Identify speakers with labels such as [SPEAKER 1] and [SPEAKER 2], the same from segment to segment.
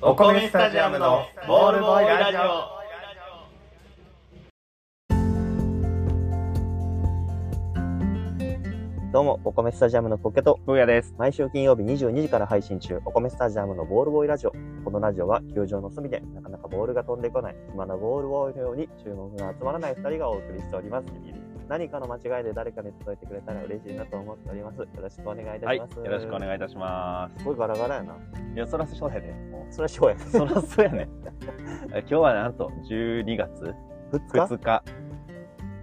[SPEAKER 1] お米スタジアムのボールボーイラジオ
[SPEAKER 2] どうも、お米スタジアムのポケと、
[SPEAKER 1] ふうやです
[SPEAKER 2] 毎週金曜日22時から配信中、お米スタジアムのボールボーイラジオ。このラジオは、球場の隅で、なかなかボールが飛んでこない、暇なボールボーイのように、注目が集まらない2人がお送りしております。何かの間違いで誰かに伝えてくれたら嬉しいなと思っております。よろしくお願いいた
[SPEAKER 1] はい
[SPEAKER 2] し
[SPEAKER 1] よ
[SPEAKER 2] ます。。
[SPEAKER 1] ろしくお願いいたします
[SPEAKER 2] すごいガラガラやな。
[SPEAKER 1] すいやそらそうやでも
[SPEAKER 2] それはしょうや。
[SPEAKER 1] うそらそう やね今日はなんと12月
[SPEAKER 2] 2日
[SPEAKER 1] 2日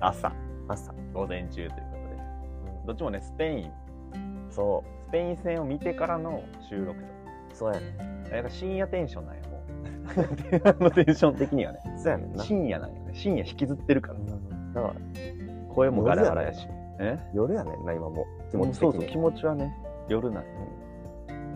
[SPEAKER 1] 朝
[SPEAKER 2] 朝、う
[SPEAKER 1] 午前中ということで
[SPEAKER 2] ん
[SPEAKER 1] どっちもねスペイン
[SPEAKER 2] そ
[SPEAKER 1] スペイン戦を見てからの収録
[SPEAKER 2] う、そうやね。
[SPEAKER 1] となんか深夜テンションなんやもう あのテンション的にはね
[SPEAKER 2] そうやねんな。
[SPEAKER 1] 深夜なんやね深夜引きずってるから
[SPEAKER 2] うんだから
[SPEAKER 1] 声もガラガラやしえ
[SPEAKER 2] 夜やねんな、今もう。気
[SPEAKER 1] も
[SPEAKER 2] 持
[SPEAKER 1] う
[SPEAKER 2] ち
[SPEAKER 1] そ
[SPEAKER 2] 的
[SPEAKER 1] うそう
[SPEAKER 2] に。
[SPEAKER 1] 気持ちはね夜なんよ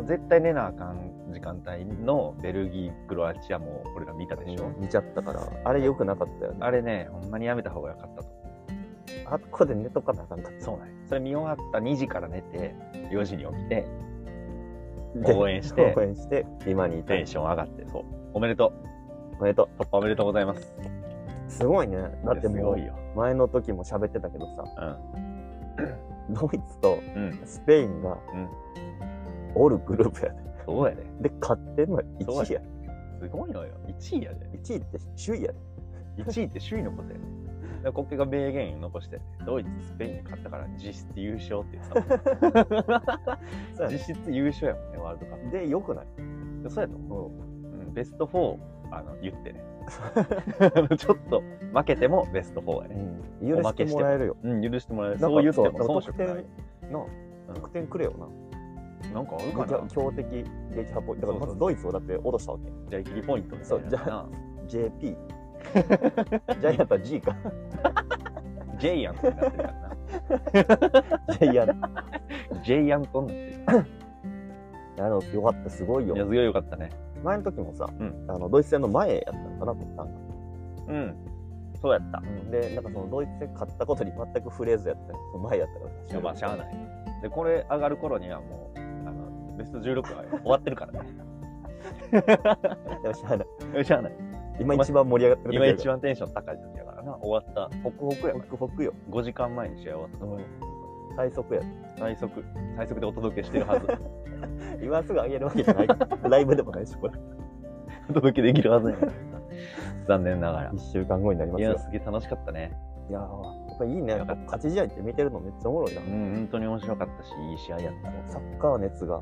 [SPEAKER 1] 絶対寝なあかん時間帯のベルギークロアチアも俺ら見たでしょ、
[SPEAKER 2] うん見ちゃったから、あれ良くなかったよね。
[SPEAKER 1] あれねほんまにやめた方がよかったと思
[SPEAKER 2] あっこで寝とかなあかんかっ
[SPEAKER 1] うそうなんよそれ見終わった2時から寝て4時に起きて
[SPEAKER 2] た。
[SPEAKER 1] 応援し て
[SPEAKER 2] 応援して、今にいた
[SPEAKER 1] テン
[SPEAKER 2] い。
[SPEAKER 1] ション上がってそうおめでと
[SPEAKER 2] おめでと
[SPEAKER 1] う突破おめでとうございます
[SPEAKER 2] う。すごいね。だって
[SPEAKER 1] いやす
[SPEAKER 2] も、
[SPEAKER 1] ごいうよ
[SPEAKER 2] 前の時も喋ってたけどさ、
[SPEAKER 1] う
[SPEAKER 2] ドイツと
[SPEAKER 1] んうん
[SPEAKER 2] スペインが
[SPEAKER 1] うん
[SPEAKER 2] おるグループやで。
[SPEAKER 1] そうやで
[SPEAKER 2] で、勝ってんの1位や。
[SPEAKER 1] すごいのよ1位やで
[SPEAKER 2] 1位って首位やで。
[SPEAKER 1] 1位って首位のことやでだから国旗が名言残してドイツスペインに勝ったから実質優勝って言ってたもん
[SPEAKER 2] そう やね
[SPEAKER 1] 実質優勝やもんねワールドカップ
[SPEAKER 2] で、良くない
[SPEAKER 1] でそうやと思う
[SPEAKER 2] うん。
[SPEAKER 1] うんベスト4あの言ってね あのちょっと負けてもベスト4やね、
[SPEAKER 2] 許してもらえるよ。
[SPEAKER 1] うん、許してもらえる
[SPEAKER 2] なんか
[SPEAKER 1] そう言っても
[SPEAKER 2] そう
[SPEAKER 1] 遜色ない
[SPEAKER 2] な
[SPEAKER 1] う
[SPEAKER 2] あ、
[SPEAKER 1] ん
[SPEAKER 2] 得点くれよな。
[SPEAKER 1] なんかあるかな
[SPEAKER 2] 激強敵撃破ポイント。だからまずドイツをだって落とした わけ。
[SPEAKER 1] じゃあ切りポイントみたいなのかな
[SPEAKER 2] JP。ジャイアントは G か。
[SPEAKER 1] ジェイアントになってるから
[SPEAKER 2] ジャイアント。
[SPEAKER 1] なジェイアントになってる
[SPEAKER 2] いやでもよかった、すごい
[SPEAKER 1] いや
[SPEAKER 2] よ。
[SPEAKER 1] すごいよかったね
[SPEAKER 2] 前の時もさ、
[SPEAKER 1] うん
[SPEAKER 2] あのドイツ戦の前やったのかな、僕なんか
[SPEAKER 1] うんそうやった
[SPEAKER 2] で、なんかそのドイツ戦勝ったことに全く触れずやったよその前やったから。
[SPEAKER 1] いやまあしゃあ
[SPEAKER 2] い。
[SPEAKER 1] ないでこれ上がる頃にはもうあのベスト16は終わってるからね
[SPEAKER 2] でもしゃあない。
[SPEAKER 1] しゃあない
[SPEAKER 2] 今一番盛り上がって
[SPEAKER 1] 今
[SPEAKER 2] 時
[SPEAKER 1] 一
[SPEAKER 2] や
[SPEAKER 1] 番テンション高い時やからな終わったホクホクや
[SPEAKER 2] か。ホ
[SPEAKER 1] から
[SPEAKER 2] クホクよ。
[SPEAKER 1] 5時間前に試合終わったところ
[SPEAKER 2] 最速や。
[SPEAKER 1] 最速最速でお届けしてるは ず
[SPEAKER 2] 今すぐ上げるわけじゃない。 ライブでもないし、これ。
[SPEAKER 1] お届けできるはず やのに残念ながら
[SPEAKER 2] 1週間後になりま
[SPEAKER 1] い
[SPEAKER 2] すよ。
[SPEAKER 1] やすげえ楽しかったね
[SPEAKER 2] いやーやっぱいいね。や
[SPEAKER 1] よ
[SPEAKER 2] っ
[SPEAKER 1] か
[SPEAKER 2] ぱ
[SPEAKER 1] った
[SPEAKER 2] 勝ち試合って見てるのめっちゃおもろいな
[SPEAKER 1] う。ん本当に面白かったしいい試合やったろ
[SPEAKER 2] サッカー熱が、
[SPEAKER 1] う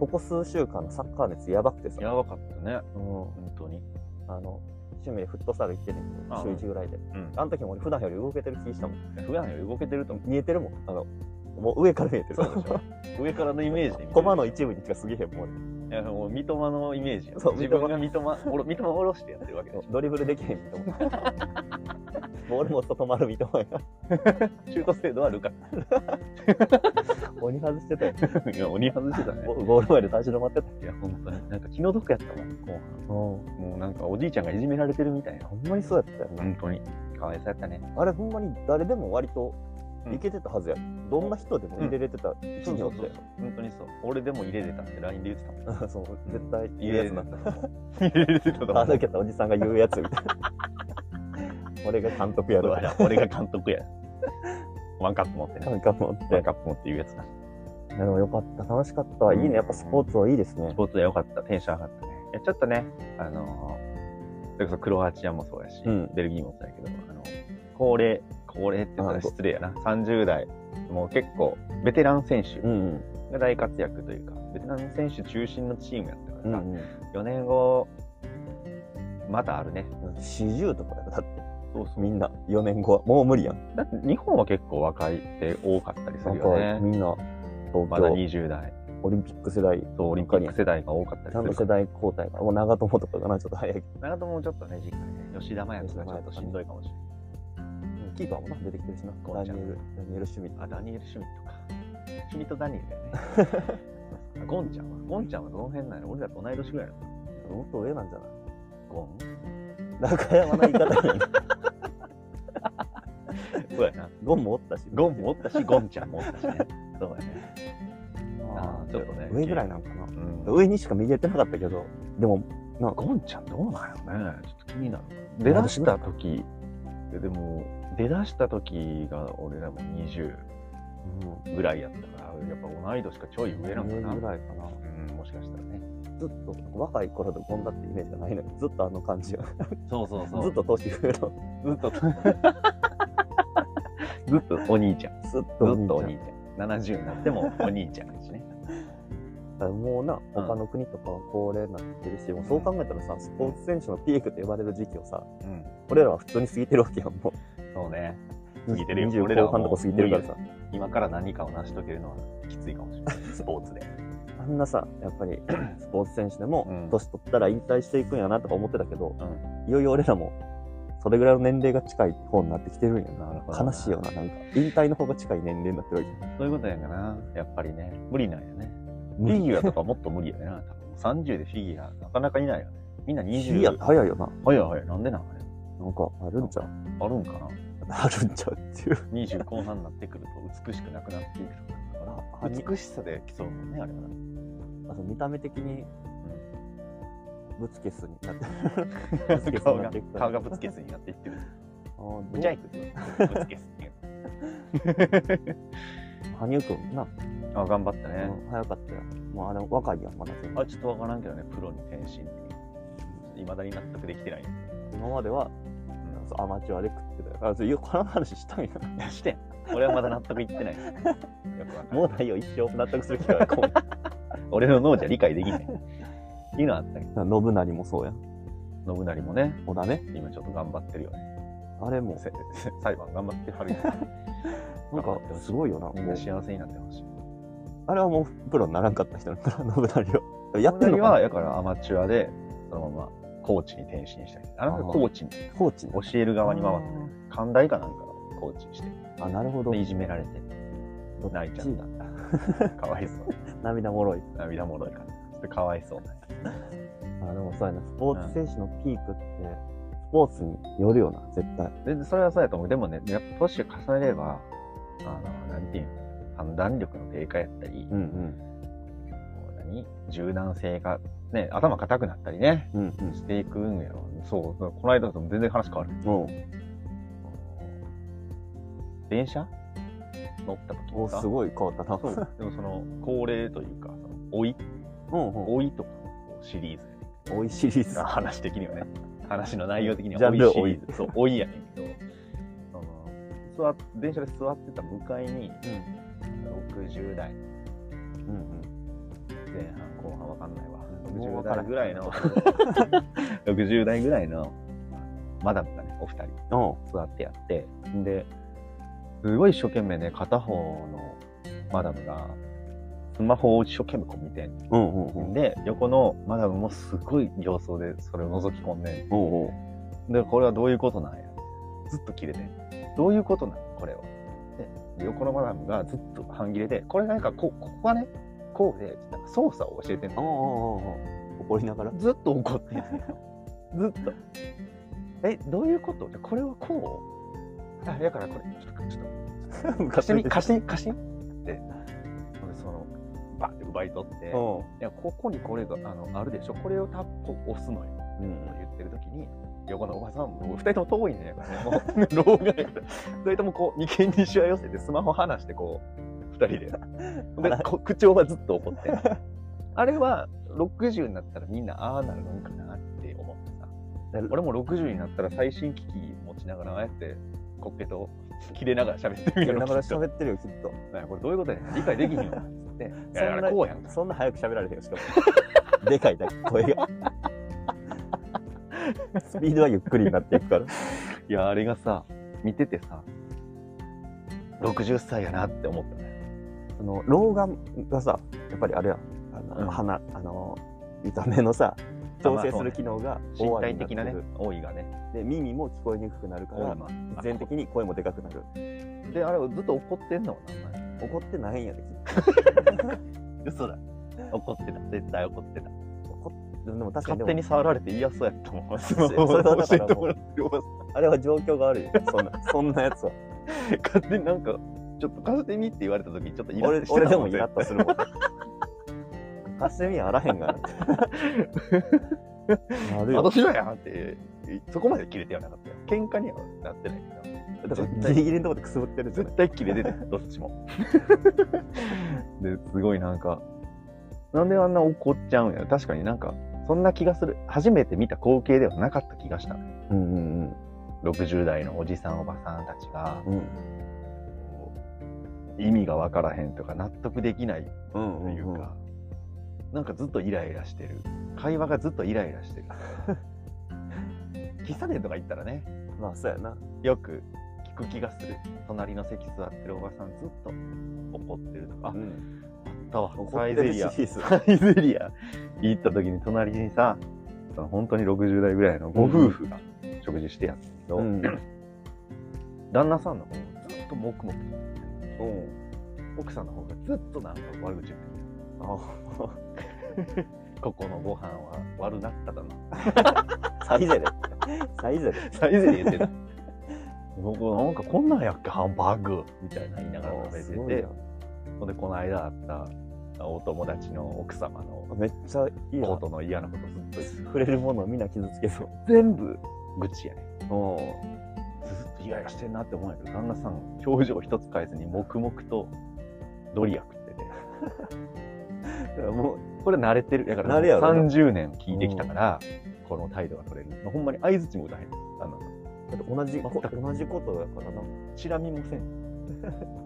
[SPEAKER 2] ここ数週間のサッカー熱やばくてさ
[SPEAKER 1] ん、やばかったね
[SPEAKER 2] うん、
[SPEAKER 1] 本当に
[SPEAKER 2] あの趣味でフットサル行ってね
[SPEAKER 1] あ、
[SPEAKER 2] 週1ぐらいで。
[SPEAKER 1] うん
[SPEAKER 2] あの時も俺普段より動けてる気したもん。
[SPEAKER 1] 普段より動けてると思
[SPEAKER 2] 見えてるもんあのもう上から見えてる
[SPEAKER 1] そうでしょ上からのイメージで見てる
[SPEAKER 2] 駒の一部にしかすげえへんもん
[SPEAKER 1] いやもう三笘のイメージや
[SPEAKER 2] そう
[SPEAKER 1] 自分が三笘おろ三笘おろしてやってるわけでし
[SPEAKER 2] 俺ドリブルできへんみたいな ボールも外回るみたいな
[SPEAKER 1] ょ中途精度はルカク
[SPEAKER 2] 鬼外してたよ
[SPEAKER 1] いや鬼外してたね
[SPEAKER 2] ゴゴール前で最初止まってた
[SPEAKER 1] いや本当になんか気の毒やったもん後
[SPEAKER 2] ほ
[SPEAKER 1] 半もうなんかおじいちゃんがいじめられてるみたいなん
[SPEAKER 2] まにそうやったよな、
[SPEAKER 1] 本当にかわいそうやったね
[SPEAKER 2] あれほんまに誰でも割と
[SPEAKER 1] うん
[SPEAKER 2] いけてたはずや、どんな人でも入れれてた
[SPEAKER 1] そ
[SPEAKER 2] 一
[SPEAKER 1] う
[SPEAKER 2] に
[SPEAKER 1] そ
[SPEAKER 2] よ
[SPEAKER 1] う
[SPEAKER 2] っ
[SPEAKER 1] そう
[SPEAKER 2] て
[SPEAKER 1] 本当にそう俺でも入れてたって LINE で言ってたもん
[SPEAKER 2] そう絶対言
[SPEAKER 1] 入
[SPEAKER 2] う
[SPEAKER 1] れ
[SPEAKER 2] や
[SPEAKER 1] て
[SPEAKER 2] つな
[SPEAKER 1] た
[SPEAKER 2] んだ
[SPEAKER 1] 入れてたと思う
[SPEAKER 2] 抜けたおじさんが言うやつみたいな俺が監督やろ
[SPEAKER 1] そうや俺が監督やワンカップ持ってな
[SPEAKER 2] なんかもっ
[SPEAKER 1] ワン
[SPEAKER 2] て
[SPEAKER 1] カップ持って言うやつな
[SPEAKER 2] でもよかった楽しかったいいねやっぱスポーツはいいですね
[SPEAKER 1] スポーツでよかったテンション上がったねいやちょっとねあのーそれこそクロアチアもそうやし、
[SPEAKER 2] うん
[SPEAKER 1] ベルギーもそうやけどあの高齢高齢って言ったら失礼やな30代もう結構ベテラン選手
[SPEAKER 2] うんうん
[SPEAKER 1] が大活躍というか、ベテラン選手中心のチームやったか
[SPEAKER 2] う
[SPEAKER 1] らさ、
[SPEAKER 2] んうん
[SPEAKER 1] 4年後まだあるね
[SPEAKER 2] 40とかだよだって
[SPEAKER 1] そう
[SPEAKER 2] みんな4年後はもう無理やん
[SPEAKER 1] だって日本は結構若いって多かったりす
[SPEAKER 2] な
[SPEAKER 1] る
[SPEAKER 2] ん
[SPEAKER 1] よ
[SPEAKER 2] か
[SPEAKER 1] ね
[SPEAKER 2] みんな東
[SPEAKER 1] まだ
[SPEAKER 2] 京
[SPEAKER 1] 20代
[SPEAKER 2] オリンピック世代
[SPEAKER 1] そうオリンピック世代が多かったり
[SPEAKER 2] ちゃんと
[SPEAKER 1] す
[SPEAKER 2] 世
[SPEAKER 1] る
[SPEAKER 2] 代交代がもう長友とかがなちょっと早いけど
[SPEAKER 1] 長友もちょっとね実家ね吉田麻也とかちょっとしんどいかもしれない
[SPEAKER 2] キーパーもな出てきてるしな
[SPEAKER 1] ゴ
[SPEAKER 2] ダ
[SPEAKER 1] ーち
[SPEAKER 2] ニ
[SPEAKER 1] ゃ
[SPEAKER 2] エ
[SPEAKER 1] ん
[SPEAKER 2] ルダニエル・シュミット
[SPEAKER 1] あダニエル・シュミットかシュミット・ダニエルだよね あゴンちゃんはゴンちゃんはどの辺なの俺らと同い年ぐらいなの
[SPEAKER 2] もっと上なんじゃない
[SPEAKER 1] ゴン
[SPEAKER 2] 中山の言い方や ね
[SPEAKER 1] そうやな
[SPEAKER 2] ゴンもおったし
[SPEAKER 1] ゴンもおったしゴンちゃんもおったしね そうやね
[SPEAKER 2] あー
[SPEAKER 1] あーちょっとね
[SPEAKER 2] 上ぐらいなんかな
[SPEAKER 1] うん
[SPEAKER 2] 上にしか見えてなかったけどでもなんか
[SPEAKER 1] ゴンちゃんどうなんやろねちょっと気になる出だした時ででも出だした時が俺らも20ぐらいやったからやっぱ同い年かちょい上なのかな、
[SPEAKER 2] ぐらいかな
[SPEAKER 1] うん、もしかしたらね
[SPEAKER 2] ずっと若い頃のゴンだってイメージがないのよずっとあの感じが
[SPEAKER 1] そうそう
[SPEAKER 2] ずっと年上の
[SPEAKER 1] ずっとずっとお兄ちゃんず
[SPEAKER 2] ずっ
[SPEAKER 1] っ
[SPEAKER 2] と
[SPEAKER 1] と
[SPEAKER 2] お
[SPEAKER 1] お
[SPEAKER 2] 兄ちゃん
[SPEAKER 1] 兄ちゃん70になってもお兄ちゃんですね
[SPEAKER 2] だからもうな他の国とかは高齢になってるし、もうそう考えたらさスポーツ選手のピークと呼ばれる時期をさ
[SPEAKER 1] うん
[SPEAKER 2] 俺らは普通に過ぎてるわけやんも
[SPEAKER 1] そうね
[SPEAKER 2] う
[SPEAKER 1] 過ぎてるよ
[SPEAKER 2] 20
[SPEAKER 1] 俺ら
[SPEAKER 2] 後
[SPEAKER 1] はも
[SPEAKER 2] 半
[SPEAKER 1] う
[SPEAKER 2] とか過ぎてるからさ
[SPEAKER 1] 今から何かを成し遂げるのはきついかもしれないスポーツで
[SPEAKER 2] あんなさやっ ぱりスポーツ選手でも
[SPEAKER 1] うん
[SPEAKER 2] 年取ったら引退していくんやなとか思ってたけど、
[SPEAKER 1] う
[SPEAKER 2] いよいよ俺らもそれぐらいの年齢が近い方になってきてるんや
[SPEAKER 1] なるほ
[SPEAKER 2] な
[SPEAKER 1] どな
[SPEAKER 2] 悲しいよななんか引退の方が近い年齢になってるわけ
[SPEAKER 1] そういうことやかなやっぱりね無理なんやねフ
[SPEAKER 2] 無
[SPEAKER 1] ィギュアとかもっと無理やねな多分30でフィギュアなかなかいないよねみんな
[SPEAKER 2] フィ
[SPEAKER 1] 20
[SPEAKER 2] ギュアって早いよな
[SPEAKER 1] はいはいはいなんでなんあれ
[SPEAKER 2] なんかあるんちゃう
[SPEAKER 1] あるんかな
[SPEAKER 2] あるんちゃうっていう
[SPEAKER 1] 20後半になってくると美しくなくなっていくとかだから
[SPEAKER 2] あに
[SPEAKER 1] 美しさで競うもんねあれはな
[SPEAKER 2] あと見た目的にぶつけすになっ てぶつけす
[SPEAKER 1] 顔
[SPEAKER 2] にな
[SPEAKER 1] が
[SPEAKER 2] ってい くから
[SPEAKER 1] 顔がぶつけずになってい ってる。
[SPEAKER 2] あー
[SPEAKER 1] ぶちゃいくって言うぶつけすっていう。
[SPEAKER 2] 羽生くんな、
[SPEAKER 1] あ、頑張ったね。
[SPEAKER 2] うん早かったよもうあれ若いやんまだ全然
[SPEAKER 1] あ、ちょっとわからんけどね、プロに転身っていう。いまだに納得できてない。
[SPEAKER 2] 今までは
[SPEAKER 1] うん
[SPEAKER 2] そうアマチュアで食ってたよあそういうこの話したんや
[SPEAKER 1] いや、してん。俺はまだ納得いってない。よくわかん
[SPEAKER 2] も
[SPEAKER 1] な
[SPEAKER 2] う
[SPEAKER 1] い。
[SPEAKER 2] ないよ一生納得する気がこう
[SPEAKER 1] 俺の脳じゃ理解できない。っていうのはあったけ ど、
[SPEAKER 2] 信成もそうやん
[SPEAKER 1] 信成もね、
[SPEAKER 2] 織田ね
[SPEAKER 1] 今ちょっと頑張ってるよね。
[SPEAKER 2] あれも
[SPEAKER 1] せせ裁判頑張ってはるよね。
[SPEAKER 2] なんかすごいよな
[SPEAKER 1] みん
[SPEAKER 2] もう
[SPEAKER 1] な幸せになってほしい。
[SPEAKER 2] あれはもうプロにならんかった人の 信成をやって
[SPEAKER 1] 信
[SPEAKER 2] るの
[SPEAKER 1] 成
[SPEAKER 2] か
[SPEAKER 1] は、
[SPEAKER 2] な
[SPEAKER 1] だからアマチュアで、そのままコーチに転身したり。あの人コーチに
[SPEAKER 2] コーチ
[SPEAKER 1] 教える側に回ってね寛大かなんかのコーチして
[SPEAKER 2] あなるほど
[SPEAKER 1] でいじめられて泣いちゃった かわいそう
[SPEAKER 2] 涙もろい
[SPEAKER 1] 涙もろいからちょっとかわいそうな
[SPEAKER 2] あでもそうやなスポーツ選手のピークってスポーツによるよな絶対
[SPEAKER 1] でそれはそうやと思うでもねやっぱ年を重ねればあのなんていうの判断力の低下やったり、
[SPEAKER 2] うん
[SPEAKER 1] こう何柔軟性がね頭固くなったりね
[SPEAKER 2] うんうん
[SPEAKER 1] していくんやろそうこの間とも全然話変わる
[SPEAKER 2] うんお
[SPEAKER 1] 電車乗った時
[SPEAKER 2] お
[SPEAKER 1] に
[SPEAKER 2] す
[SPEAKER 1] さ
[SPEAKER 2] ごい変わったな
[SPEAKER 1] そうでもその高齢というかその老い
[SPEAKER 2] うんうん
[SPEAKER 1] 老いとかのこうシリーズやね
[SPEAKER 2] おいシリーズ
[SPEAKER 1] 話的にはね話の内容的には
[SPEAKER 2] ジャンル
[SPEAKER 1] 多いシリーズそう多いやねんけどその座っ電車で座ってた向かいに
[SPEAKER 2] うん
[SPEAKER 1] 60代
[SPEAKER 2] うん
[SPEAKER 1] 前半後半わかんないわ
[SPEAKER 2] もうわ
[SPEAKER 1] 60
[SPEAKER 2] から
[SPEAKER 1] 代
[SPEAKER 2] ん
[SPEAKER 1] ぐらいの 60代ぐらいのマダムがねお二人
[SPEAKER 2] うんお
[SPEAKER 1] 座ってやってですごい一生懸命ね片方のマダムがスマホを一生懸命こう見てん
[SPEAKER 2] うんうんうん
[SPEAKER 1] で横のマダムもすごい形相でそれを覗き込んでん
[SPEAKER 2] おうおう
[SPEAKER 1] で、これはどういうことなんやずっと切れてんどういうことなんこれは。で、横のマダムがずっと半切れで、これなんかこう、ここがね、こうで、なんか操作を教えてん
[SPEAKER 2] おう
[SPEAKER 1] の。
[SPEAKER 2] おうおうおう怒りながら
[SPEAKER 1] ずっと怒ってんのずっと。え、どういうことでこれはこうあ、だからこれ、ちょっと、ちょっと、貸し てみ、貸してみ、貸してみって、俺その、バッて奪い取って、い
[SPEAKER 2] おう
[SPEAKER 1] や、ここにこれがあのあるでしょ、これをタップを押すのよ。
[SPEAKER 2] うん
[SPEAKER 1] 言ってる時に横のおばさんも2人とも遠いねからねもう老害2人ともこう眉間にしわ寄せてスマホ離してこう2人ででこ口調はずっと怒ってんのあれは60になったらみんなああなるのかなって思ってさ俺も60になったら最新機器持ちながらああやってコッペと切れながら喋ってみ
[SPEAKER 2] 怒り
[SPEAKER 1] るの
[SPEAKER 2] な
[SPEAKER 1] き
[SPEAKER 2] がら
[SPEAKER 1] っと
[SPEAKER 2] 喋ってるよきっと
[SPEAKER 1] なんやこれどういうことやねん理解できひん わつっていやあれこうやん
[SPEAKER 2] そんな早く喋られへんよしかもでかいだけ声がスピードはゆっくりになっていくから
[SPEAKER 1] いやあれがさ見ててさ60歳やなって思ったね
[SPEAKER 2] その老眼がさやっぱりあれやんあの、
[SPEAKER 1] うん
[SPEAKER 2] 鼻あの見た目のさ調整する機能が
[SPEAKER 1] 身
[SPEAKER 2] 大
[SPEAKER 1] 体
[SPEAKER 2] になって
[SPEAKER 1] 的
[SPEAKER 2] く
[SPEAKER 1] な
[SPEAKER 2] る
[SPEAKER 1] ね多いがね
[SPEAKER 2] で耳も聞こえにくくなるから
[SPEAKER 1] あ
[SPEAKER 2] 全的に声もでかくなる
[SPEAKER 1] であれずっと怒ってんのお前
[SPEAKER 2] 怒ってないんやできっ
[SPEAKER 1] 嘘だ 怒ってた絶対怒ってた
[SPEAKER 2] と怒っでも確かに
[SPEAKER 1] 勝
[SPEAKER 2] で
[SPEAKER 1] 手
[SPEAKER 2] も
[SPEAKER 1] に触られて嫌そうやっ たもんそ
[SPEAKER 2] れはだからもう
[SPEAKER 1] 教えてもらっておばさ
[SPEAKER 2] あれは状況があるよそんなそんなやつは
[SPEAKER 1] ん 勝手になんかちょっと貸してみって言われた時にちょ っとイラッ
[SPEAKER 2] 俺
[SPEAKER 1] として
[SPEAKER 2] 俺
[SPEAKER 1] た
[SPEAKER 2] で
[SPEAKER 1] も
[SPEAKER 2] も
[SPEAKER 1] ん
[SPEAKER 2] イラッとするもん霞みあらへんがなってなるよ。
[SPEAKER 1] 私のやんって、そこまで切れてはなかったよ。喧嘩にはなってないけど。だから絶
[SPEAKER 2] ギリ
[SPEAKER 1] 対、
[SPEAKER 2] ギリのとこでくすぶってるじゃない
[SPEAKER 1] 絶対切れてたよどっち も。で、すごいなんか、なんであんな怒っちゃうんやろ確かになんか、そんな気がする。初めて見た光景ではなかった気がした。
[SPEAKER 2] うんうんうん。
[SPEAKER 1] 60代のおじさんおばさんたちが、
[SPEAKER 2] うん
[SPEAKER 1] こう意味がわからへんとか納得できない
[SPEAKER 2] うん
[SPEAKER 1] というか、なんかずっとイライラしてる会話がずっとイライラして る喫茶店とか行ったらね
[SPEAKER 2] まあそうやな
[SPEAKER 1] よく聞く気がする隣の席座ってるおばさんずっと怒ってるとか、あ
[SPEAKER 2] ん、
[SPEAKER 1] ったわ
[SPEAKER 2] 怒
[SPEAKER 1] サ
[SPEAKER 2] っ
[SPEAKER 1] イ
[SPEAKER 2] て
[SPEAKER 1] ゼ
[SPEAKER 2] る
[SPEAKER 1] リ
[SPEAKER 2] シ
[SPEAKER 1] ア
[SPEAKER 2] リーズ
[SPEAKER 1] サイゼリア行った時に隣にさその本当に60代ぐらいのご夫婦が食事してやったんだけど、
[SPEAKER 2] うん
[SPEAKER 1] 旦那さんの方ずっともくもく奥さんの方がずっとなんか悪口言ってる
[SPEAKER 2] あ
[SPEAKER 1] ここのご飯は悪なっただな
[SPEAKER 2] サイゼレサイゼレ
[SPEAKER 1] サイゼリヤ言ってた。僕なんかこんなんやっけハンバーグみたいな言いながら食
[SPEAKER 2] す
[SPEAKER 1] べ
[SPEAKER 2] ご
[SPEAKER 1] て
[SPEAKER 2] い
[SPEAKER 1] て
[SPEAKER 2] な
[SPEAKER 1] ほんでこの間あったお友達の奥様の
[SPEAKER 2] めっちゃいい
[SPEAKER 1] コー
[SPEAKER 2] な
[SPEAKER 1] トの嫌なことずっと言って
[SPEAKER 2] 触れるものをみんな傷つけそう
[SPEAKER 1] 全部愚痴やね
[SPEAKER 2] お
[SPEAKER 1] ずっとイライラしてんなって思うんやけど旦那さん表情一つ変えずに黙々とドリア食ってて だからもうこれ慣れてるだから
[SPEAKER 2] 慣れやろな
[SPEAKER 1] 30年聞いてきたからこの態度が取れる、ほんまに相づちも打たへんあの
[SPEAKER 2] だって同じこ
[SPEAKER 1] 全く
[SPEAKER 2] 同じことだからな
[SPEAKER 1] チラ見もせん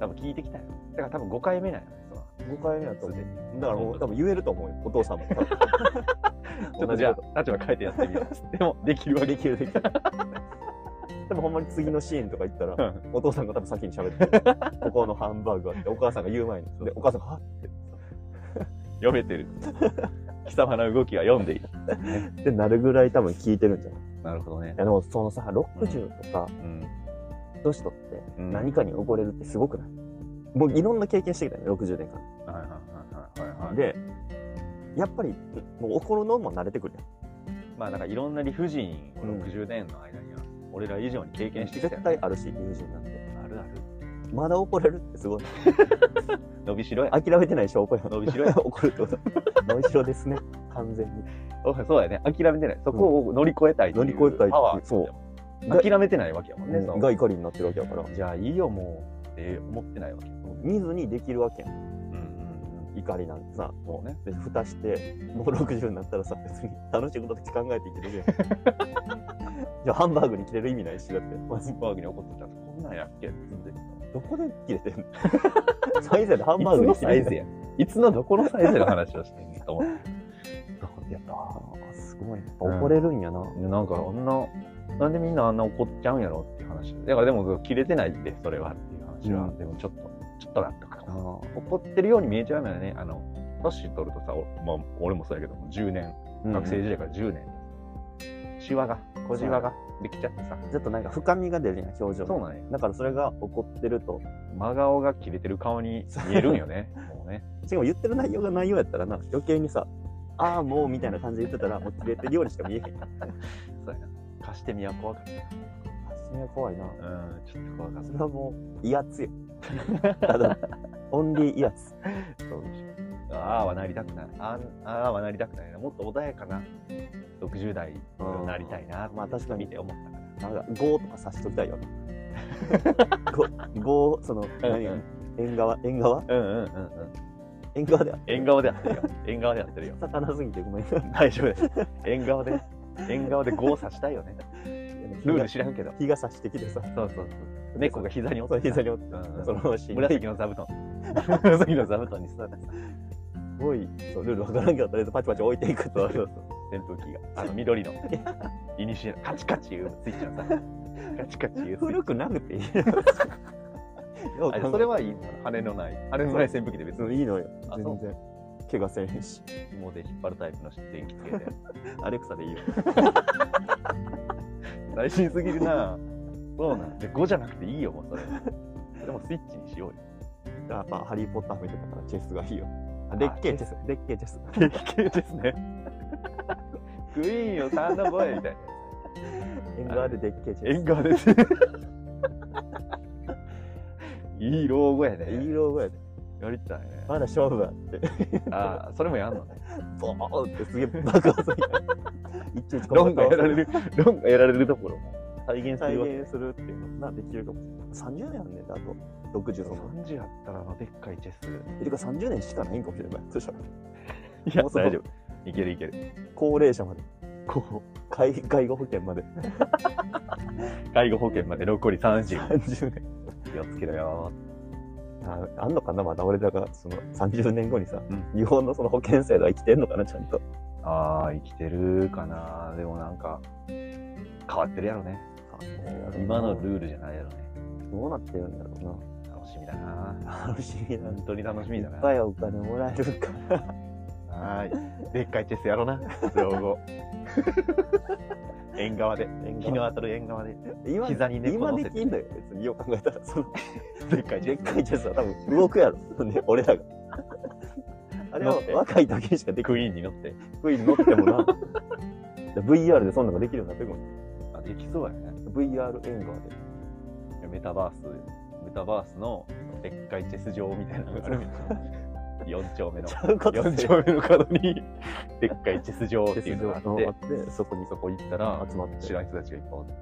[SPEAKER 1] 多分聞いてきたよだから多分5回目なんやねその
[SPEAKER 2] 5回目やと
[SPEAKER 1] す
[SPEAKER 2] 思
[SPEAKER 1] でに
[SPEAKER 2] うだからもう多分言えると思うよお父さん も
[SPEAKER 1] ちょっとじゃあ立場変えてやってみよう でもできるわけ
[SPEAKER 2] できる できる多分ほんまに次のシーンとか行ったら
[SPEAKER 1] うん
[SPEAKER 2] お父さんが多分先に喋って るここのハンバーグはってお母さんが言う前にでお母さんがは
[SPEAKER 1] 読めて る貴様の動きは読んでいる
[SPEAKER 2] っってなるぐらい多分聞いてるんじゃない
[SPEAKER 1] なるほどね
[SPEAKER 2] いやでもそのさ60とか
[SPEAKER 1] うん、
[SPEAKER 2] 年取って
[SPEAKER 1] うん
[SPEAKER 2] 何かに溺れるってすごくないもういろんな経験してきたね60年間
[SPEAKER 1] はいはいはいはいはいはい
[SPEAKER 2] でやっぱりもう怒るのも慣れてくる
[SPEAKER 1] まあなんかいろんな理不尽
[SPEAKER 2] う
[SPEAKER 1] を
[SPEAKER 2] ん
[SPEAKER 1] 60年の間には俺ら以上に経
[SPEAKER 2] や
[SPEAKER 1] 験
[SPEAKER 2] ん
[SPEAKER 1] してきたよ
[SPEAKER 2] 絶
[SPEAKER 1] ね、
[SPEAKER 2] 対あるし友人なんて
[SPEAKER 1] あるある
[SPEAKER 2] まだ怒れるってすごい
[SPEAKER 1] 伸びしろや
[SPEAKER 2] 諦めてない証拠やん
[SPEAKER 1] 伸びし ろや
[SPEAKER 2] 怒るってこと 伸びしろですね完全に
[SPEAKER 1] おそうやね諦めてないそこを乗り越えたいっていう
[SPEAKER 2] 乗り越えたいっていう
[SPEAKER 1] パワー
[SPEAKER 2] そう
[SPEAKER 1] だ諦めてないわけやもんね、その
[SPEAKER 2] が怒りになってるわけだから
[SPEAKER 1] じゃあいいよもうって思ってないわけ、
[SPEAKER 2] 見ずにできるわけやん
[SPEAKER 1] うん
[SPEAKER 2] 怒りなんてさ
[SPEAKER 1] そうね
[SPEAKER 2] 別に蓋してもう60になったらさ別に楽しいことだけ考えて生きてる やんじゃあハンバーグに切れる意味ないしだってマジ
[SPEAKER 1] ハンバーグに怒ってたらこんなんやっけって言ってい
[SPEAKER 2] どこで切れてんのサイゼでハンバー
[SPEAKER 1] つ
[SPEAKER 2] グ
[SPEAKER 1] の
[SPEAKER 2] に切
[SPEAKER 1] サ
[SPEAKER 2] れて
[SPEAKER 1] イズ
[SPEAKER 2] ん
[SPEAKER 1] やいつのどこのサイズの話をしてんねんと 思ってどこでやった
[SPEAKER 2] のああすごいやっぱ怒れるんやな、
[SPEAKER 1] なんかあんななんでみんなあんな怒っちゃうんやろっていう話だからでも切れてないってそれはっていう話は、
[SPEAKER 2] うん
[SPEAKER 1] でもちょっとちょっと納得か
[SPEAKER 2] あ
[SPEAKER 1] も
[SPEAKER 2] あ
[SPEAKER 1] 怒ってるように見えちゃうのよねあの年取るとさ、おまあ、俺もそうやけども10年学生時代から10年、シワが小じわができちゃってさ
[SPEAKER 2] ちょっとなんか深みが出るやん表情に
[SPEAKER 1] そうなんや
[SPEAKER 2] だからそれが怒ってると
[SPEAKER 1] 真顔が切れてる顔に見えるんよねもうね
[SPEAKER 2] しかも言ってる内容が内容やったらな余計にさああもうみたいな感じで言ってたらもう切れてるようにしか見えへん
[SPEAKER 1] そうやな貸してみは怖かった
[SPEAKER 2] 初めは怖いな
[SPEAKER 1] うん、ちょっと怖かっ
[SPEAKER 2] それはもう威圧よた だオンリー威圧
[SPEAKER 1] た。そうでしょ。ああはなりたくない。あああはなりたくないな。もっと穏やかな60代になりたいな。
[SPEAKER 2] うんまあ確かに
[SPEAKER 1] 見て思ったから。
[SPEAKER 2] なんか5とかさしときた いよ5その何
[SPEAKER 1] うん
[SPEAKER 2] 縁側縁側
[SPEAKER 1] うんうんうんうん。
[SPEAKER 2] 縁側で
[SPEAKER 1] 縁側でや ってるよ。縁側でやってるよ。
[SPEAKER 2] 魚すぎてごめん
[SPEAKER 1] 大丈夫です。縁側で、縁側で5を刺したいよね。ルール知らんけど。
[SPEAKER 2] 日が差してきてさ
[SPEAKER 1] そうそうそう。猫が膝に落
[SPEAKER 2] そう
[SPEAKER 1] ちて
[SPEAKER 2] 膝
[SPEAKER 1] た。
[SPEAKER 2] に折って
[SPEAKER 1] うんうん
[SPEAKER 2] そのシーン
[SPEAKER 1] 紫の座布団。 紫の座布団に座ってさ。
[SPEAKER 2] すごいそうルールわからんけどとりあえずパチパチ置いていく
[SPEAKER 1] そ
[SPEAKER 2] と
[SPEAKER 1] うそう そう。扇風機が。あの緑の。イニシエのカチカチ言うスイッチのさ。 カチカチ言うスイッチ。
[SPEAKER 2] 古くなく ていいよう考
[SPEAKER 1] あ
[SPEAKER 2] え
[SPEAKER 1] それはいいんだ羽のない羽のない扇風機で別
[SPEAKER 2] そう
[SPEAKER 1] に
[SPEAKER 2] いいのよ
[SPEAKER 1] あそう
[SPEAKER 2] 全然怪我せえへんし
[SPEAKER 1] 紐で引っ張るタイプの電気系で
[SPEAKER 2] アレクサでいいよ
[SPEAKER 1] 最新すぎるなそうなんで5じゃなくていいよもうそれでもスイッチにしようよ
[SPEAKER 2] やっぱハリー・ポッター見てたからチェスがいいよあでっけえチェスでっけえチェス
[SPEAKER 1] 定期系ですねクイーンよサンダーボーイみたいな
[SPEAKER 2] 縁側ででっけえチェス
[SPEAKER 1] 縁側ですいい老後やね
[SPEAKER 2] いい老後やで
[SPEAKER 1] やりたいね。
[SPEAKER 2] まだ勝負だって。
[SPEAKER 1] ああ、それもやんのね。
[SPEAKER 2] ボーンってすげえ爆発みたい な。いちいち
[SPEAKER 1] 論がやられる、論がやられるところも再現す
[SPEAKER 2] 再
[SPEAKER 1] るわけ。
[SPEAKER 2] 現するっていうのができるかもしれない。30年あんねんだ、あと。60とか。
[SPEAKER 1] 30やったらあのでっかいチェス。
[SPEAKER 2] えてか30年しかないんかもしれない。そしたら、
[SPEAKER 1] いや、
[SPEAKER 2] もうそこ
[SPEAKER 1] 大丈夫。いけるいける。
[SPEAKER 2] 高齢者まで、
[SPEAKER 1] こ
[SPEAKER 2] 介介護保険まで
[SPEAKER 1] う、介護保険まで残り30。
[SPEAKER 2] 30年。
[SPEAKER 1] 気をつけろよ
[SPEAKER 2] ああんのかなまだ俺らがその30年後にさ、
[SPEAKER 1] うん
[SPEAKER 2] 日本のその保険制度は生きてんのかなちゃんと
[SPEAKER 1] ー。ああ、生きてるかな。でもなんか、変わってるやろね。今のルールじゃないやろね。
[SPEAKER 2] どうなってるんだろう
[SPEAKER 1] 楽しみだな。
[SPEAKER 2] な楽しみだ
[SPEAKER 1] 本当に楽しみだ
[SPEAKER 2] い
[SPEAKER 1] な。
[SPEAKER 2] っぱいお金もらえるから
[SPEAKER 1] はーい。でっかいチェスやろうな。老 後。縁側で。日の当たる縁側で。
[SPEAKER 2] 今
[SPEAKER 1] 膝に猫
[SPEAKER 2] 今
[SPEAKER 1] 乗
[SPEAKER 2] で
[SPEAKER 1] せて
[SPEAKER 2] きんだよ別によう考えたらその
[SPEAKER 1] でっかいチ
[SPEAKER 2] で
[SPEAKER 1] ェ
[SPEAKER 2] っ
[SPEAKER 1] ス。
[SPEAKER 2] かいチェスは多分動くやろ、ね、俺 らがあれは
[SPEAKER 1] 乗って
[SPEAKER 2] 若い時にしかでき
[SPEAKER 1] クイーンに乗って。
[SPEAKER 2] ない乗っても な VR でそんなのができるようになってくるも
[SPEAKER 1] あ、できそうやね。
[SPEAKER 2] ん VR 映画で
[SPEAKER 1] メタバース、メタバースのでっかいチェス場みたいなのがあるみ たいな。4丁目の
[SPEAKER 2] ち。ゃうこと
[SPEAKER 1] 4丁目の角に、でっかいチェス場っていうのがあ
[SPEAKER 2] の
[SPEAKER 1] って、
[SPEAKER 2] ってそこに
[SPEAKER 1] そこ行ったら、
[SPEAKER 2] 集まって
[SPEAKER 1] 知らん人たちがいっぱいおって、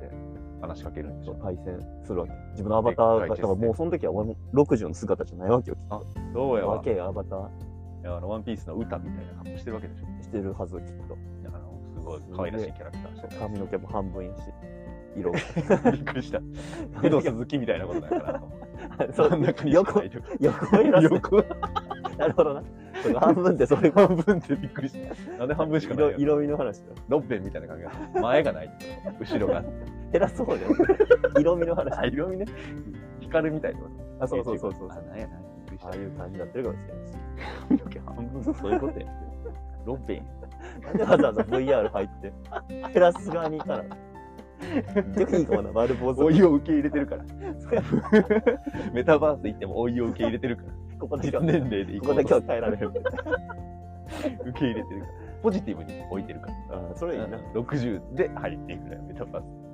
[SPEAKER 1] 話しかけるんでしょ。
[SPEAKER 2] 対戦するわけ自分のアバターがだからもうその時は俺も60の姿じゃないわけよ
[SPEAKER 1] そうやわ。
[SPEAKER 2] 若いアバター
[SPEAKER 1] いやあの、ワンピースの歌みたいな格好してるわけでしょ。
[SPEAKER 2] してるはずきっと
[SPEAKER 1] あの、すごい可愛らしいキャラクターしてた
[SPEAKER 2] 髪の毛も半分やし色が
[SPEAKER 1] びっくりした。 工藤鈴木みたいなことだから、
[SPEAKER 2] そ
[SPEAKER 1] 真ん中
[SPEAKER 2] う
[SPEAKER 1] に
[SPEAKER 2] 横
[SPEAKER 1] いとか。
[SPEAKER 2] 横選んで
[SPEAKER 1] 横
[SPEAKER 2] なるほどなそうか半分ってそれが
[SPEAKER 1] 半分ってびっくりした。なんで半分しかない
[SPEAKER 2] 色
[SPEAKER 1] の
[SPEAKER 2] 色味の話だ
[SPEAKER 1] 六辺みたいな感じが。前がないってこと。後ろ があって。
[SPEAKER 2] 減らそう じゃん色味の話
[SPEAKER 1] あ、色味ね。光るみたいなこと。
[SPEAKER 2] あそうそうそうそう
[SPEAKER 1] あ、なんやなんや。びっくりした
[SPEAKER 2] ああいう感じになってるかもしれないし
[SPEAKER 1] 髪の毛半分そういうことや。ロッペン。
[SPEAKER 2] なんでわざわざ VR 入って減らす側にい たら逆にいいかもな丸坊主
[SPEAKER 1] 老いを受け入れてる から。メタバース行っても老いを受け入れて るから。
[SPEAKER 2] ここだけ
[SPEAKER 1] 実
[SPEAKER 2] は
[SPEAKER 1] 年齢で行
[SPEAKER 2] こ
[SPEAKER 1] こ
[SPEAKER 2] こだ
[SPEAKER 1] う
[SPEAKER 2] け
[SPEAKER 1] と
[SPEAKER 2] は変えられる
[SPEAKER 1] 受け入れてるから。ポジティブに置いてるから。
[SPEAKER 2] あそれいいな
[SPEAKER 1] 60で入っていくぐらいメタバース。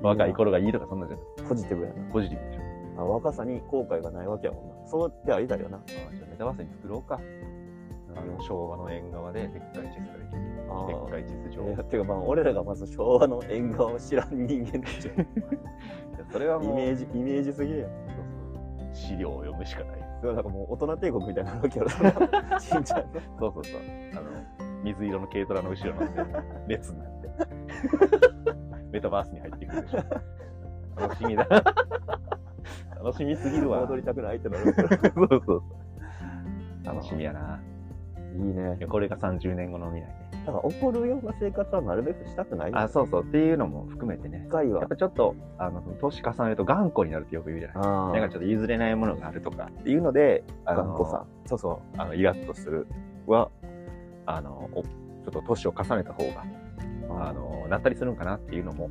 [SPEAKER 1] 若い頃がいいとかそんなんじゃない。
[SPEAKER 2] ポジティブやな
[SPEAKER 1] ポジティブでしょ。
[SPEAKER 2] あ若さに後悔がないわけやもんな。そうでありだよな。
[SPEAKER 1] あじゃあメタバースに作ろうか。あの昭和の縁側ででっかいチェスができる。
[SPEAKER 2] あ
[SPEAKER 1] でっかい地図上。
[SPEAKER 2] いやてかまあ俺らがまず昭和の縁側を知らん人間でしょ
[SPEAKER 1] いやそれは
[SPEAKER 2] イ
[SPEAKER 1] もう
[SPEAKER 2] メージイメージすぎるやん
[SPEAKER 1] そうそう資料を読むしかない。
[SPEAKER 2] だからなんかもう大人帝国みたいになるわけや ろしんちゃんの
[SPEAKER 1] そうそうそう。あの、水色の軽トラの後 ろの列になって、メタバースに入っていく でしょ。楽しみだ。楽しみすぎるわ。
[SPEAKER 2] 戻りたくないってなるわ
[SPEAKER 1] そうそうそう。楽しみやな。
[SPEAKER 2] けいいね
[SPEAKER 1] いやこれが30年後の未来ね。
[SPEAKER 2] だから怒るような生活はなるべくしたくない
[SPEAKER 1] あ、そうそう。っていうのも含めてね
[SPEAKER 2] 一。回
[SPEAKER 1] や
[SPEAKER 2] は
[SPEAKER 1] っぱちょっと、あの、年重ねると頑固になるってよく言うじゃない
[SPEAKER 2] あ
[SPEAKER 1] なんかちょっと譲れないものがあるとかっていうので、あの
[SPEAKER 2] 頑固さ。
[SPEAKER 1] そうそう、あのイラッとするは、あの、おちょっと年を重ねた方が、あの、なったりするんかなっていうのも、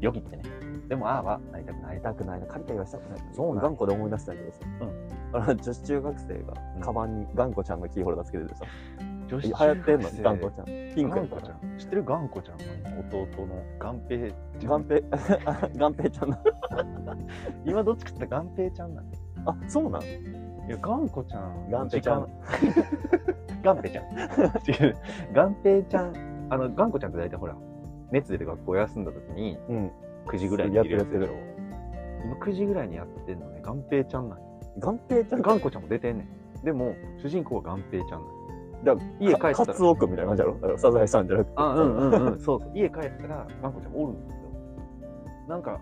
[SPEAKER 1] よぎってね。でも、ああはなりたくな
[SPEAKER 2] り
[SPEAKER 1] い。
[SPEAKER 2] たくないな借りたりはしたくない
[SPEAKER 1] そうなんや
[SPEAKER 2] 頑固で思い出したけどさ、
[SPEAKER 1] う
[SPEAKER 2] あの女子中学生がカバンに頑固ちゃんのキーホルダーつけててさ、
[SPEAKER 1] 女
[SPEAKER 2] 流行ってん の
[SPEAKER 1] 頑
[SPEAKER 2] 頑
[SPEAKER 1] 固
[SPEAKER 2] 固ちゃ
[SPEAKER 1] ち
[SPEAKER 2] ん
[SPEAKER 1] ゃ
[SPEAKER 2] ピン
[SPEAKER 1] ん。
[SPEAKER 2] クや
[SPEAKER 1] 頑
[SPEAKER 2] ったか
[SPEAKER 1] 固ち
[SPEAKER 2] ら
[SPEAKER 1] ゃん。知ってる頑固ちゃんの弟の頑平。
[SPEAKER 2] ガンペイ、 ガンペイちゃんの。
[SPEAKER 1] 今どっちかって言ったら頑平ちゃんなんだ。
[SPEAKER 2] あ、そうなん
[SPEAKER 1] いや、頑固ちゃん。
[SPEAKER 2] ガンペイちゃん。
[SPEAKER 1] ガンペちゃん。違う。ガンペちゃん。あの、頑固ちゃんって大体ほら、熱出て学校休んだ時に、
[SPEAKER 2] うん。
[SPEAKER 1] 9時ぐらいに
[SPEAKER 2] やってる
[SPEAKER 1] やってる今9時ぐらいにやってんのね眼平ちゃんなんよ
[SPEAKER 2] ガンペイちゃん、
[SPEAKER 1] 頑固ちゃんも出てんねんでも主人公は眼平ちゃんなん
[SPEAKER 2] だか
[SPEAKER 1] よ
[SPEAKER 2] ら
[SPEAKER 1] 家帰ったら
[SPEAKER 2] カツオ君みたいな感じやろだからサザエさんじゃなくて。
[SPEAKER 1] あうんうんうん そうそう家帰ったら頑固ちゃんおるんだけどなんか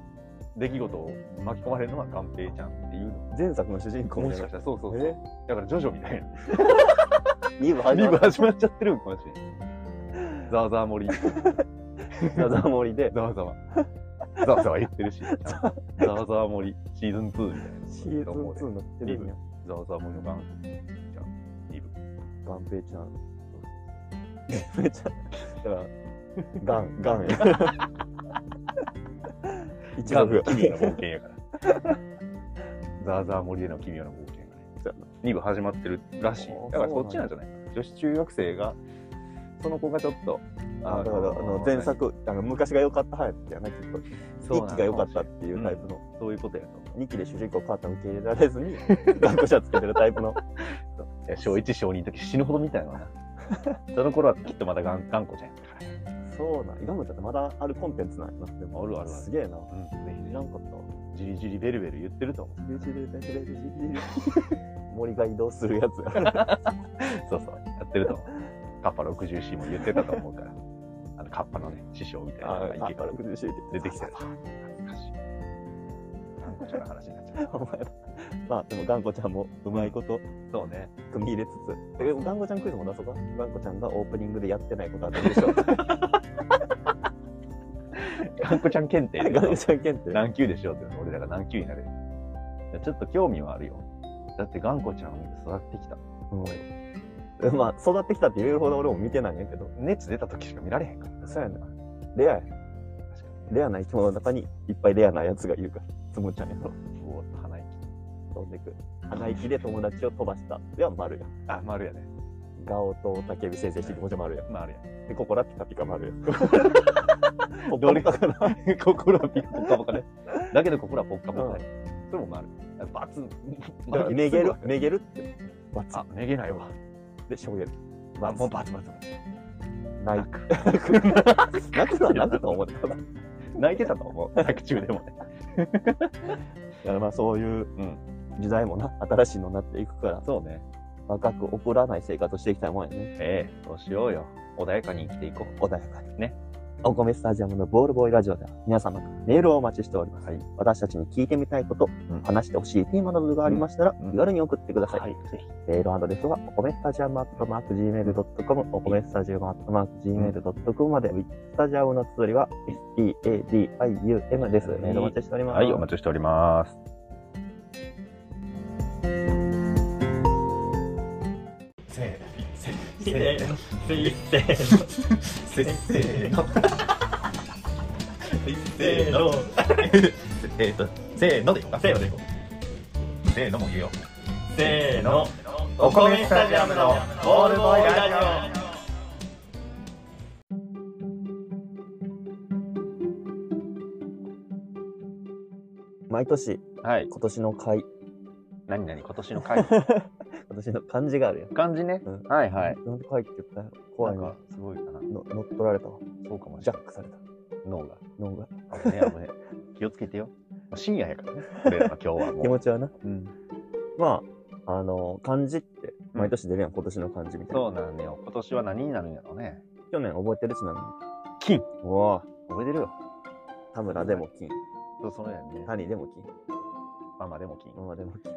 [SPEAKER 1] 出来事を巻き込まれるのは眼平ちゃんっていうの
[SPEAKER 2] 前作の主人公
[SPEAKER 1] も
[SPEAKER 2] み
[SPEAKER 1] した
[SPEAKER 2] い
[SPEAKER 1] か
[SPEAKER 2] な
[SPEAKER 1] し。たらそうそうそう
[SPEAKER 2] え
[SPEAKER 1] だからジョジョみたいな
[SPEAKER 2] 二部始
[SPEAKER 1] リ
[SPEAKER 2] ま
[SPEAKER 1] ブ
[SPEAKER 2] った
[SPEAKER 1] 始まっちゃってるんかもしれんザーザー森
[SPEAKER 2] ザザモリで、
[SPEAKER 1] ざわざわ。ざわざわ言ってるし。 ざわざわ森、シーズン2みたいな。
[SPEAKER 2] シーズン2になってるんや。
[SPEAKER 1] ざわざわ森の番組。じゃあ、リブ。
[SPEAKER 2] ガンペイちゃん。ガンペイちゃん。 だから、ガン、ガンや。一
[SPEAKER 1] が
[SPEAKER 2] 部が。
[SPEAKER 1] 奇妙な冒険やから。ザーザー森での奇妙な冒険がね。2部始まってるらしい
[SPEAKER 2] あー。
[SPEAKER 1] だからそっちなんじゃないかな。女子中学生が、その子がちょっと、
[SPEAKER 2] あだからあの前作あの昔が良かった派やったよねきっと一期が良かったっていうタイプの、
[SPEAKER 1] そういうことやと思
[SPEAKER 2] 二2期で主人公変わったの受け入れられず に学者つけてるタイプの
[SPEAKER 1] ういや小1小2の時死ぬほど見た よなその頃はきっとまだがん頑固じゃん
[SPEAKER 2] そうなんガムちゃんってまだあるコンテンツなんやなでも
[SPEAKER 1] あるあるある
[SPEAKER 2] すげえな
[SPEAKER 1] うんぜひ
[SPEAKER 2] 知らんかったわ
[SPEAKER 1] じりじりベルベル言ってると思う
[SPEAKER 2] 森が移動するやつが
[SPEAKER 1] そうそうやってると思うカッパ 60C も言ってたと思うからあのカッパのね師匠みたいなのが
[SPEAKER 2] あ
[SPEAKER 1] 池から
[SPEAKER 2] 60周
[SPEAKER 1] 出てきたよ懐かしい頑固ちゃんの話になっちゃ う
[SPEAKER 2] お前らまあでもガンコちゃんもうまいこと
[SPEAKER 1] そうね
[SPEAKER 2] 組み入れつつえガンコちゃんクイズも出そうかガンコちゃんがオープニング でやってないことあったでしょ
[SPEAKER 1] 頑固ちゃん検 定
[SPEAKER 2] ガンコちゃん検定
[SPEAKER 1] 何級でしょうっていうの俺らが何級になれるいやちょっと興味はあるよだって頑固ちゃん育ってきた
[SPEAKER 2] うんまあ育ってきたって言えるほど俺も見てないんやけど
[SPEAKER 1] 熱出た時しか見られへんから
[SPEAKER 2] そうやなレアや
[SPEAKER 1] 確か
[SPEAKER 2] レアな生き物の中にいっぱいレアなやつがいるからつむちゃんやろ
[SPEAKER 1] にうおっと鼻息
[SPEAKER 2] 飛んでく鼻息で友達を飛ばしたでは丸や
[SPEAKER 1] あ丸やね
[SPEAKER 2] ガオと竹ビ先生引き持ち丸や
[SPEAKER 1] 丸や
[SPEAKER 2] でここらピカピカ丸やポ
[SPEAKER 1] どれ
[SPEAKER 2] ッカポカな
[SPEAKER 1] ね 心はピッカポカねだけど心はポッカポカねそれも丸バツン
[SPEAKER 2] だからめげるめげるってバツ
[SPEAKER 1] あめげないわ
[SPEAKER 2] でしょげる
[SPEAKER 1] あもうバツバツ
[SPEAKER 2] 泣
[SPEAKER 1] 泣
[SPEAKER 2] く泣くのは泣くと思ってただ
[SPEAKER 1] 泣いてたと思う作中でもね
[SPEAKER 2] からまあそういう
[SPEAKER 1] うん
[SPEAKER 2] 時代もな新しいのになっていくから
[SPEAKER 1] そうね
[SPEAKER 2] 若く怒らない生活をしていきたいもんやね
[SPEAKER 1] ええそうしようよ穏やかに生きていこ
[SPEAKER 2] 穏やかに
[SPEAKER 1] ね
[SPEAKER 2] お米スタジアムのボールボーイラジオでは皆様からメールをお待ちしております、
[SPEAKER 1] はい
[SPEAKER 2] 私たちに聞いてみたいこと、
[SPEAKER 1] うん
[SPEAKER 2] 話してほしいテーマなどがありましたら、
[SPEAKER 1] うん
[SPEAKER 2] 気軽に送ってくだ
[SPEAKER 1] う
[SPEAKER 2] さい、
[SPEAKER 1] ぜひ
[SPEAKER 2] メールアドレスはお米スタジアムアットマーク Gmail.com お米スタジアムアットマーク Gmail.com まで、スタジアムの綴りは STADIUM です、メールお待ちしております
[SPEAKER 1] はいお待ちしております
[SPEAKER 2] せーのせーのせーのせーの
[SPEAKER 1] えっとせーのでいこうかせーのでいこうせーのも言うよ
[SPEAKER 2] せーの
[SPEAKER 1] お米スタジアムのボールボーイラ
[SPEAKER 2] ジオ毎年
[SPEAKER 1] はい
[SPEAKER 2] 今年の会
[SPEAKER 1] 何何今年の回
[SPEAKER 2] 今年の漢字があるやん
[SPEAKER 1] 漢字 ね、
[SPEAKER 2] うん
[SPEAKER 1] はいはい
[SPEAKER 2] なんで会って言ったんやろ怖い
[SPEAKER 1] な
[SPEAKER 2] なん
[SPEAKER 1] かすごいかな
[SPEAKER 2] の乗っ取られたわ
[SPEAKER 1] そうかもし
[SPEAKER 2] ジャ
[SPEAKER 1] れない
[SPEAKER 2] ックされた
[SPEAKER 1] 脳が
[SPEAKER 2] 脳が
[SPEAKER 1] 危ねえ危ねえ気をつけてよ深夜やからね俺らは今日 はも
[SPEAKER 2] 気持
[SPEAKER 1] う、
[SPEAKER 2] ちはな
[SPEAKER 1] うん、
[SPEAKER 2] まああの漢字って毎年出るやん、今年の漢字みたいな
[SPEAKER 1] そうなんだよ今年は何になるんやろうね
[SPEAKER 2] 去年覚えてるちなみに
[SPEAKER 1] 金
[SPEAKER 2] うわ
[SPEAKER 1] 覚えてるよ
[SPEAKER 2] 田村でも金
[SPEAKER 1] そうそのやんね
[SPEAKER 2] 谷でも金
[SPEAKER 1] ママでも金
[SPEAKER 2] ママでも金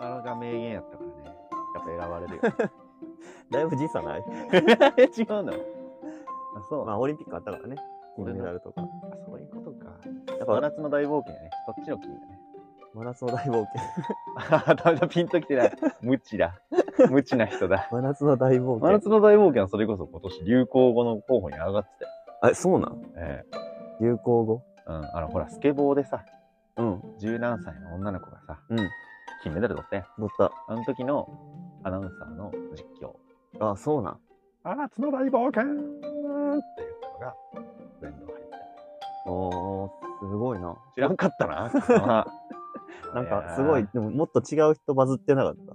[SPEAKER 1] あれが名言やったからねやっぱ選ばれるよ
[SPEAKER 2] だいぶ時差ない
[SPEAKER 1] 違うのあそう、
[SPEAKER 2] まあオリンピックあったからね金
[SPEAKER 1] 俺の
[SPEAKER 2] メダルとか
[SPEAKER 1] あそういうことか
[SPEAKER 2] やっ
[SPEAKER 1] 真
[SPEAKER 2] ぱ
[SPEAKER 1] 夏の大冒険やねそっちの金やね
[SPEAKER 2] 真夏の大冒険
[SPEAKER 1] あダメだ、ピンときてない。無知だ。無知な人だ。
[SPEAKER 2] 真夏の大冒険
[SPEAKER 1] 真夏の大冒険はそれこそ今年流行語の候補に上がってたよ。
[SPEAKER 2] あそうなん
[SPEAKER 1] ええ
[SPEAKER 2] 流行語
[SPEAKER 1] うん。あの、ほら、スケボーでさ、
[SPEAKER 2] うん
[SPEAKER 1] 十何歳の女の子がさ、
[SPEAKER 2] うん
[SPEAKER 1] 金メダル取ったやん。
[SPEAKER 2] 乗った
[SPEAKER 1] あの時のアナウンサーの実況。
[SPEAKER 2] あそうなん
[SPEAKER 1] 真夏の大冒険っていうのが、全部入ってた。
[SPEAKER 2] おーすごいな
[SPEAKER 1] 知らんかったな。
[SPEAKER 2] なんかすごい
[SPEAKER 1] や
[SPEAKER 2] でももっと違う人バズってなかった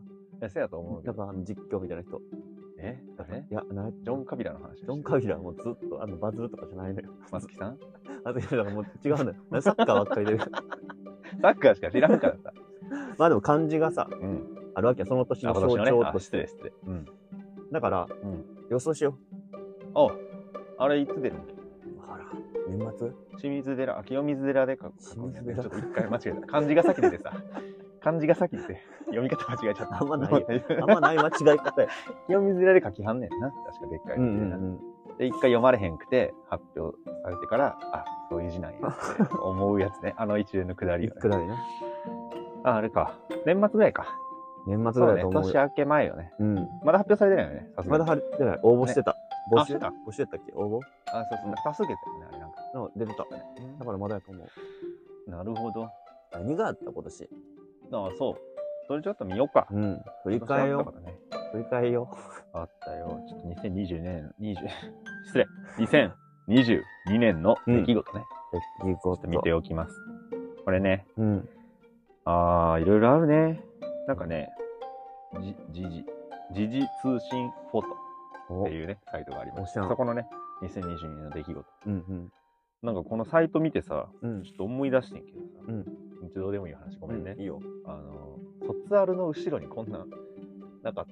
[SPEAKER 1] ー。そうやと思うけ
[SPEAKER 2] なん
[SPEAKER 1] ど。
[SPEAKER 2] かあの実況みたいな人
[SPEAKER 1] え誰
[SPEAKER 2] いやな
[SPEAKER 1] ジョン・カビラの話。
[SPEAKER 2] ジョン・カビラはもうずっとあのバズるとかじゃないのよ
[SPEAKER 1] ラ。松木さん
[SPEAKER 2] あとなんかもう違うのよ なんかサッカーばっかりで
[SPEAKER 1] サッカーしか知らんからさ。
[SPEAKER 2] まあでも漢字がさ
[SPEAKER 1] うん。
[SPEAKER 2] あるわけよその年の
[SPEAKER 1] あ今
[SPEAKER 2] 象
[SPEAKER 1] 年のね
[SPEAKER 2] 徴
[SPEAKER 1] あ
[SPEAKER 2] とし
[SPEAKER 1] 失礼
[SPEAKER 2] て
[SPEAKER 1] 失礼。うん。
[SPEAKER 2] だから、
[SPEAKER 1] ん
[SPEAKER 2] 予想しよ
[SPEAKER 1] あ、あれいつ出るの
[SPEAKER 2] うわからん年末
[SPEAKER 1] 清水寺、あ清水寺でか
[SPEAKER 2] 清水寺
[SPEAKER 1] ちょっと一回間違えた。漢字が先でてさ、漢字が先でて読み方間違えちゃった。
[SPEAKER 2] あんまないよあんまない間違い方や
[SPEAKER 1] 清水寺で書きはんねんな。確かでっかい
[SPEAKER 2] うんう
[SPEAKER 1] の
[SPEAKER 2] ん
[SPEAKER 1] な
[SPEAKER 2] うん
[SPEAKER 1] で、一回読まれへんくて、発表されてから、あ、そういう字なんやって思うやつね。あの一連のくだり
[SPEAKER 2] い
[SPEAKER 1] よね、
[SPEAKER 2] くらでね。
[SPEAKER 1] あ、あれか。年末ぐらいか。
[SPEAKER 2] 年末
[SPEAKER 1] そ
[SPEAKER 2] ぐ
[SPEAKER 1] う
[SPEAKER 2] らいだ
[SPEAKER 1] ね。
[SPEAKER 2] と思う
[SPEAKER 1] 年
[SPEAKER 2] よ。
[SPEAKER 1] 明け前よね。
[SPEAKER 2] うん。
[SPEAKER 1] まだ発表されてないよね。さすが
[SPEAKER 2] まだ
[SPEAKER 1] に
[SPEAKER 2] 入ってない。応募してた。募集
[SPEAKER 1] あしてた
[SPEAKER 2] 募集やったっけ応募
[SPEAKER 1] あ、そうそう。多数決やね。あれなんか。
[SPEAKER 2] なんか出てた。だからまだやと思う。
[SPEAKER 1] なるほど。
[SPEAKER 2] 何があった今年
[SPEAKER 1] ああ、そう。それちょっと見ようか。
[SPEAKER 2] うん。振り返
[SPEAKER 1] よ
[SPEAKER 2] よ。振り返よ。
[SPEAKER 1] あったよ。ちょっと2020年、20、失 礼、2022年の出来事ね。
[SPEAKER 2] 行こ
[SPEAKER 1] ちょっと見ておきます。これね、
[SPEAKER 2] うん。
[SPEAKER 1] あー、いろいろあるね。なんかね、じ、じじ、時事通信フォトっ
[SPEAKER 2] お
[SPEAKER 1] ていうね、サイトがありま
[SPEAKER 2] お
[SPEAKER 1] す。
[SPEAKER 2] しゃん
[SPEAKER 1] そこのね、2022年の出来事。
[SPEAKER 2] うん
[SPEAKER 1] なんかこのサイト見てさ、
[SPEAKER 2] うん。うん
[SPEAKER 1] ち。ょっと思い出してんけどさ、
[SPEAKER 2] うん
[SPEAKER 1] ちょどうでもいい話、ごめんね。
[SPEAKER 2] いいよ。
[SPEAKER 1] あの、卒アルの後ろにこんなんなかった。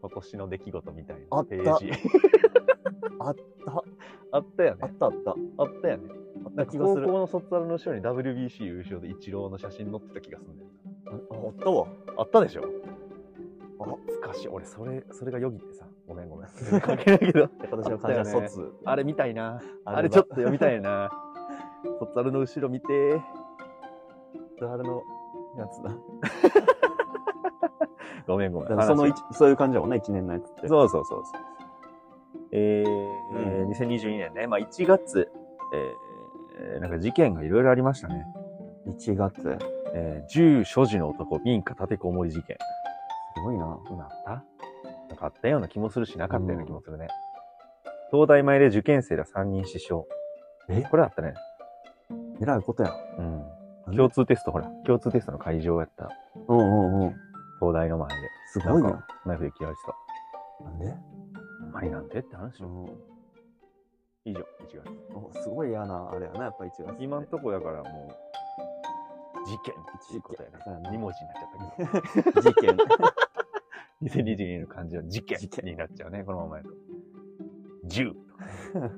[SPEAKER 1] 今年の出来事みたい
[SPEAKER 2] あ
[SPEAKER 1] な
[SPEAKER 2] った
[SPEAKER 1] ペー ジ。
[SPEAKER 2] あった。
[SPEAKER 1] あったよね
[SPEAKER 2] あ。ったあった。
[SPEAKER 1] あったよね。
[SPEAKER 2] あっ
[SPEAKER 1] な
[SPEAKER 2] た
[SPEAKER 1] んか
[SPEAKER 2] 気が
[SPEAKER 1] 高
[SPEAKER 2] する。
[SPEAKER 1] 校の卒アルの後ろに WBC 優勝でイチローの写真載ってた気がするんだよ
[SPEAKER 2] ああったわ。
[SPEAKER 1] な。あったでしょ
[SPEAKER 2] あ
[SPEAKER 1] 懐かしい。俺、それ、それがよぎってさ。ごめんごめん。 関係ないけど。
[SPEAKER 2] 今年の感じは卒。
[SPEAKER 1] あれ見たいな。あれ
[SPEAKER 2] は
[SPEAKER 1] ちょっと読みたいな。 卒アルの後ろ見てー。
[SPEAKER 2] 卒アルのやつだ。
[SPEAKER 1] ごめんごめん。
[SPEAKER 2] その
[SPEAKER 1] 話
[SPEAKER 2] 一そういう感じだもんね、一年のやつって。
[SPEAKER 1] そうそうそうそう。えー
[SPEAKER 2] う
[SPEAKER 1] 2022年ね、まあ、1月、えーなんか事件がいろいろありましたね。
[SPEAKER 2] 1月。す
[SPEAKER 1] えー銃所持の男、民家立てこもり事件。
[SPEAKER 2] ごいな。
[SPEAKER 1] 今あったなんかあったような気もするし、なかったような気もするね。東大前で受験生ら3人死傷。
[SPEAKER 2] え
[SPEAKER 1] これあったね。
[SPEAKER 2] えらいことや。
[SPEAKER 1] うん。
[SPEAKER 2] なんで
[SPEAKER 1] 共通テスト、ほら、共通テストの会場やった。
[SPEAKER 2] うんうんうん。
[SPEAKER 1] 東大の前ですな
[SPEAKER 2] ごい
[SPEAKER 1] んか
[SPEAKER 2] な。
[SPEAKER 1] ナイフで切られてた。
[SPEAKER 2] なんで
[SPEAKER 1] ほんまになんでって話
[SPEAKER 2] う
[SPEAKER 1] よ。
[SPEAKER 2] ん。
[SPEAKER 1] 以上、1月。
[SPEAKER 2] おすごい嫌な、あれやな、やっぱ1月って。
[SPEAKER 1] 今んとこだからもう、事件っていうことやね
[SPEAKER 2] 事件そうや。な
[SPEAKER 1] 2文字になっちゃったけど。
[SPEAKER 2] 事件。
[SPEAKER 1] 2022年の漢字は事件
[SPEAKER 2] 事件
[SPEAKER 1] になっちゃうね、このままやと。銃と か、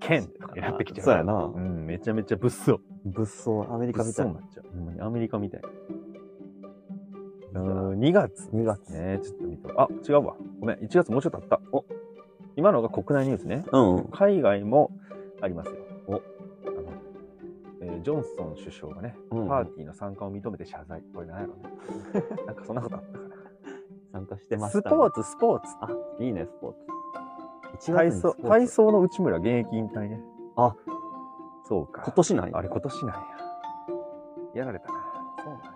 [SPEAKER 1] 剣とかになってきちゃう。
[SPEAKER 2] そうやな
[SPEAKER 1] うん、めちゃめちゃ物騒。
[SPEAKER 2] 物騒、アメリカ
[SPEAKER 1] 物
[SPEAKER 2] みた
[SPEAKER 1] 騒
[SPEAKER 2] い
[SPEAKER 1] に
[SPEAKER 2] な
[SPEAKER 1] な。っちゃう。ほんまにアメリカみたい。
[SPEAKER 2] いや
[SPEAKER 1] うん、2月。
[SPEAKER 2] 2月
[SPEAKER 1] ねちょっと見た。あ、違うわ。ごめん、1月もうちょっとあった。お今のが国内ニュースね。
[SPEAKER 2] うんうん。
[SPEAKER 1] 海外もありますよ。
[SPEAKER 2] お
[SPEAKER 1] あの、えージョンソン首相がね、
[SPEAKER 2] うんうん
[SPEAKER 1] パーティーの参加を認めて謝罪。これなんや ろね。なんかそんなことあったか
[SPEAKER 2] 参加して
[SPEAKER 1] な。
[SPEAKER 2] まし
[SPEAKER 1] ス
[SPEAKER 2] た、
[SPEAKER 1] ポーツ、スポーツ。
[SPEAKER 2] あ、いいね、スポーツ。1
[SPEAKER 1] 体
[SPEAKER 2] 月にスポ
[SPEAKER 1] 操
[SPEAKER 2] ーツ
[SPEAKER 1] 体操の内村現役引退ね
[SPEAKER 2] あ
[SPEAKER 1] そうか
[SPEAKER 2] 今年ない
[SPEAKER 1] あれ今年なんややられたなそうなんや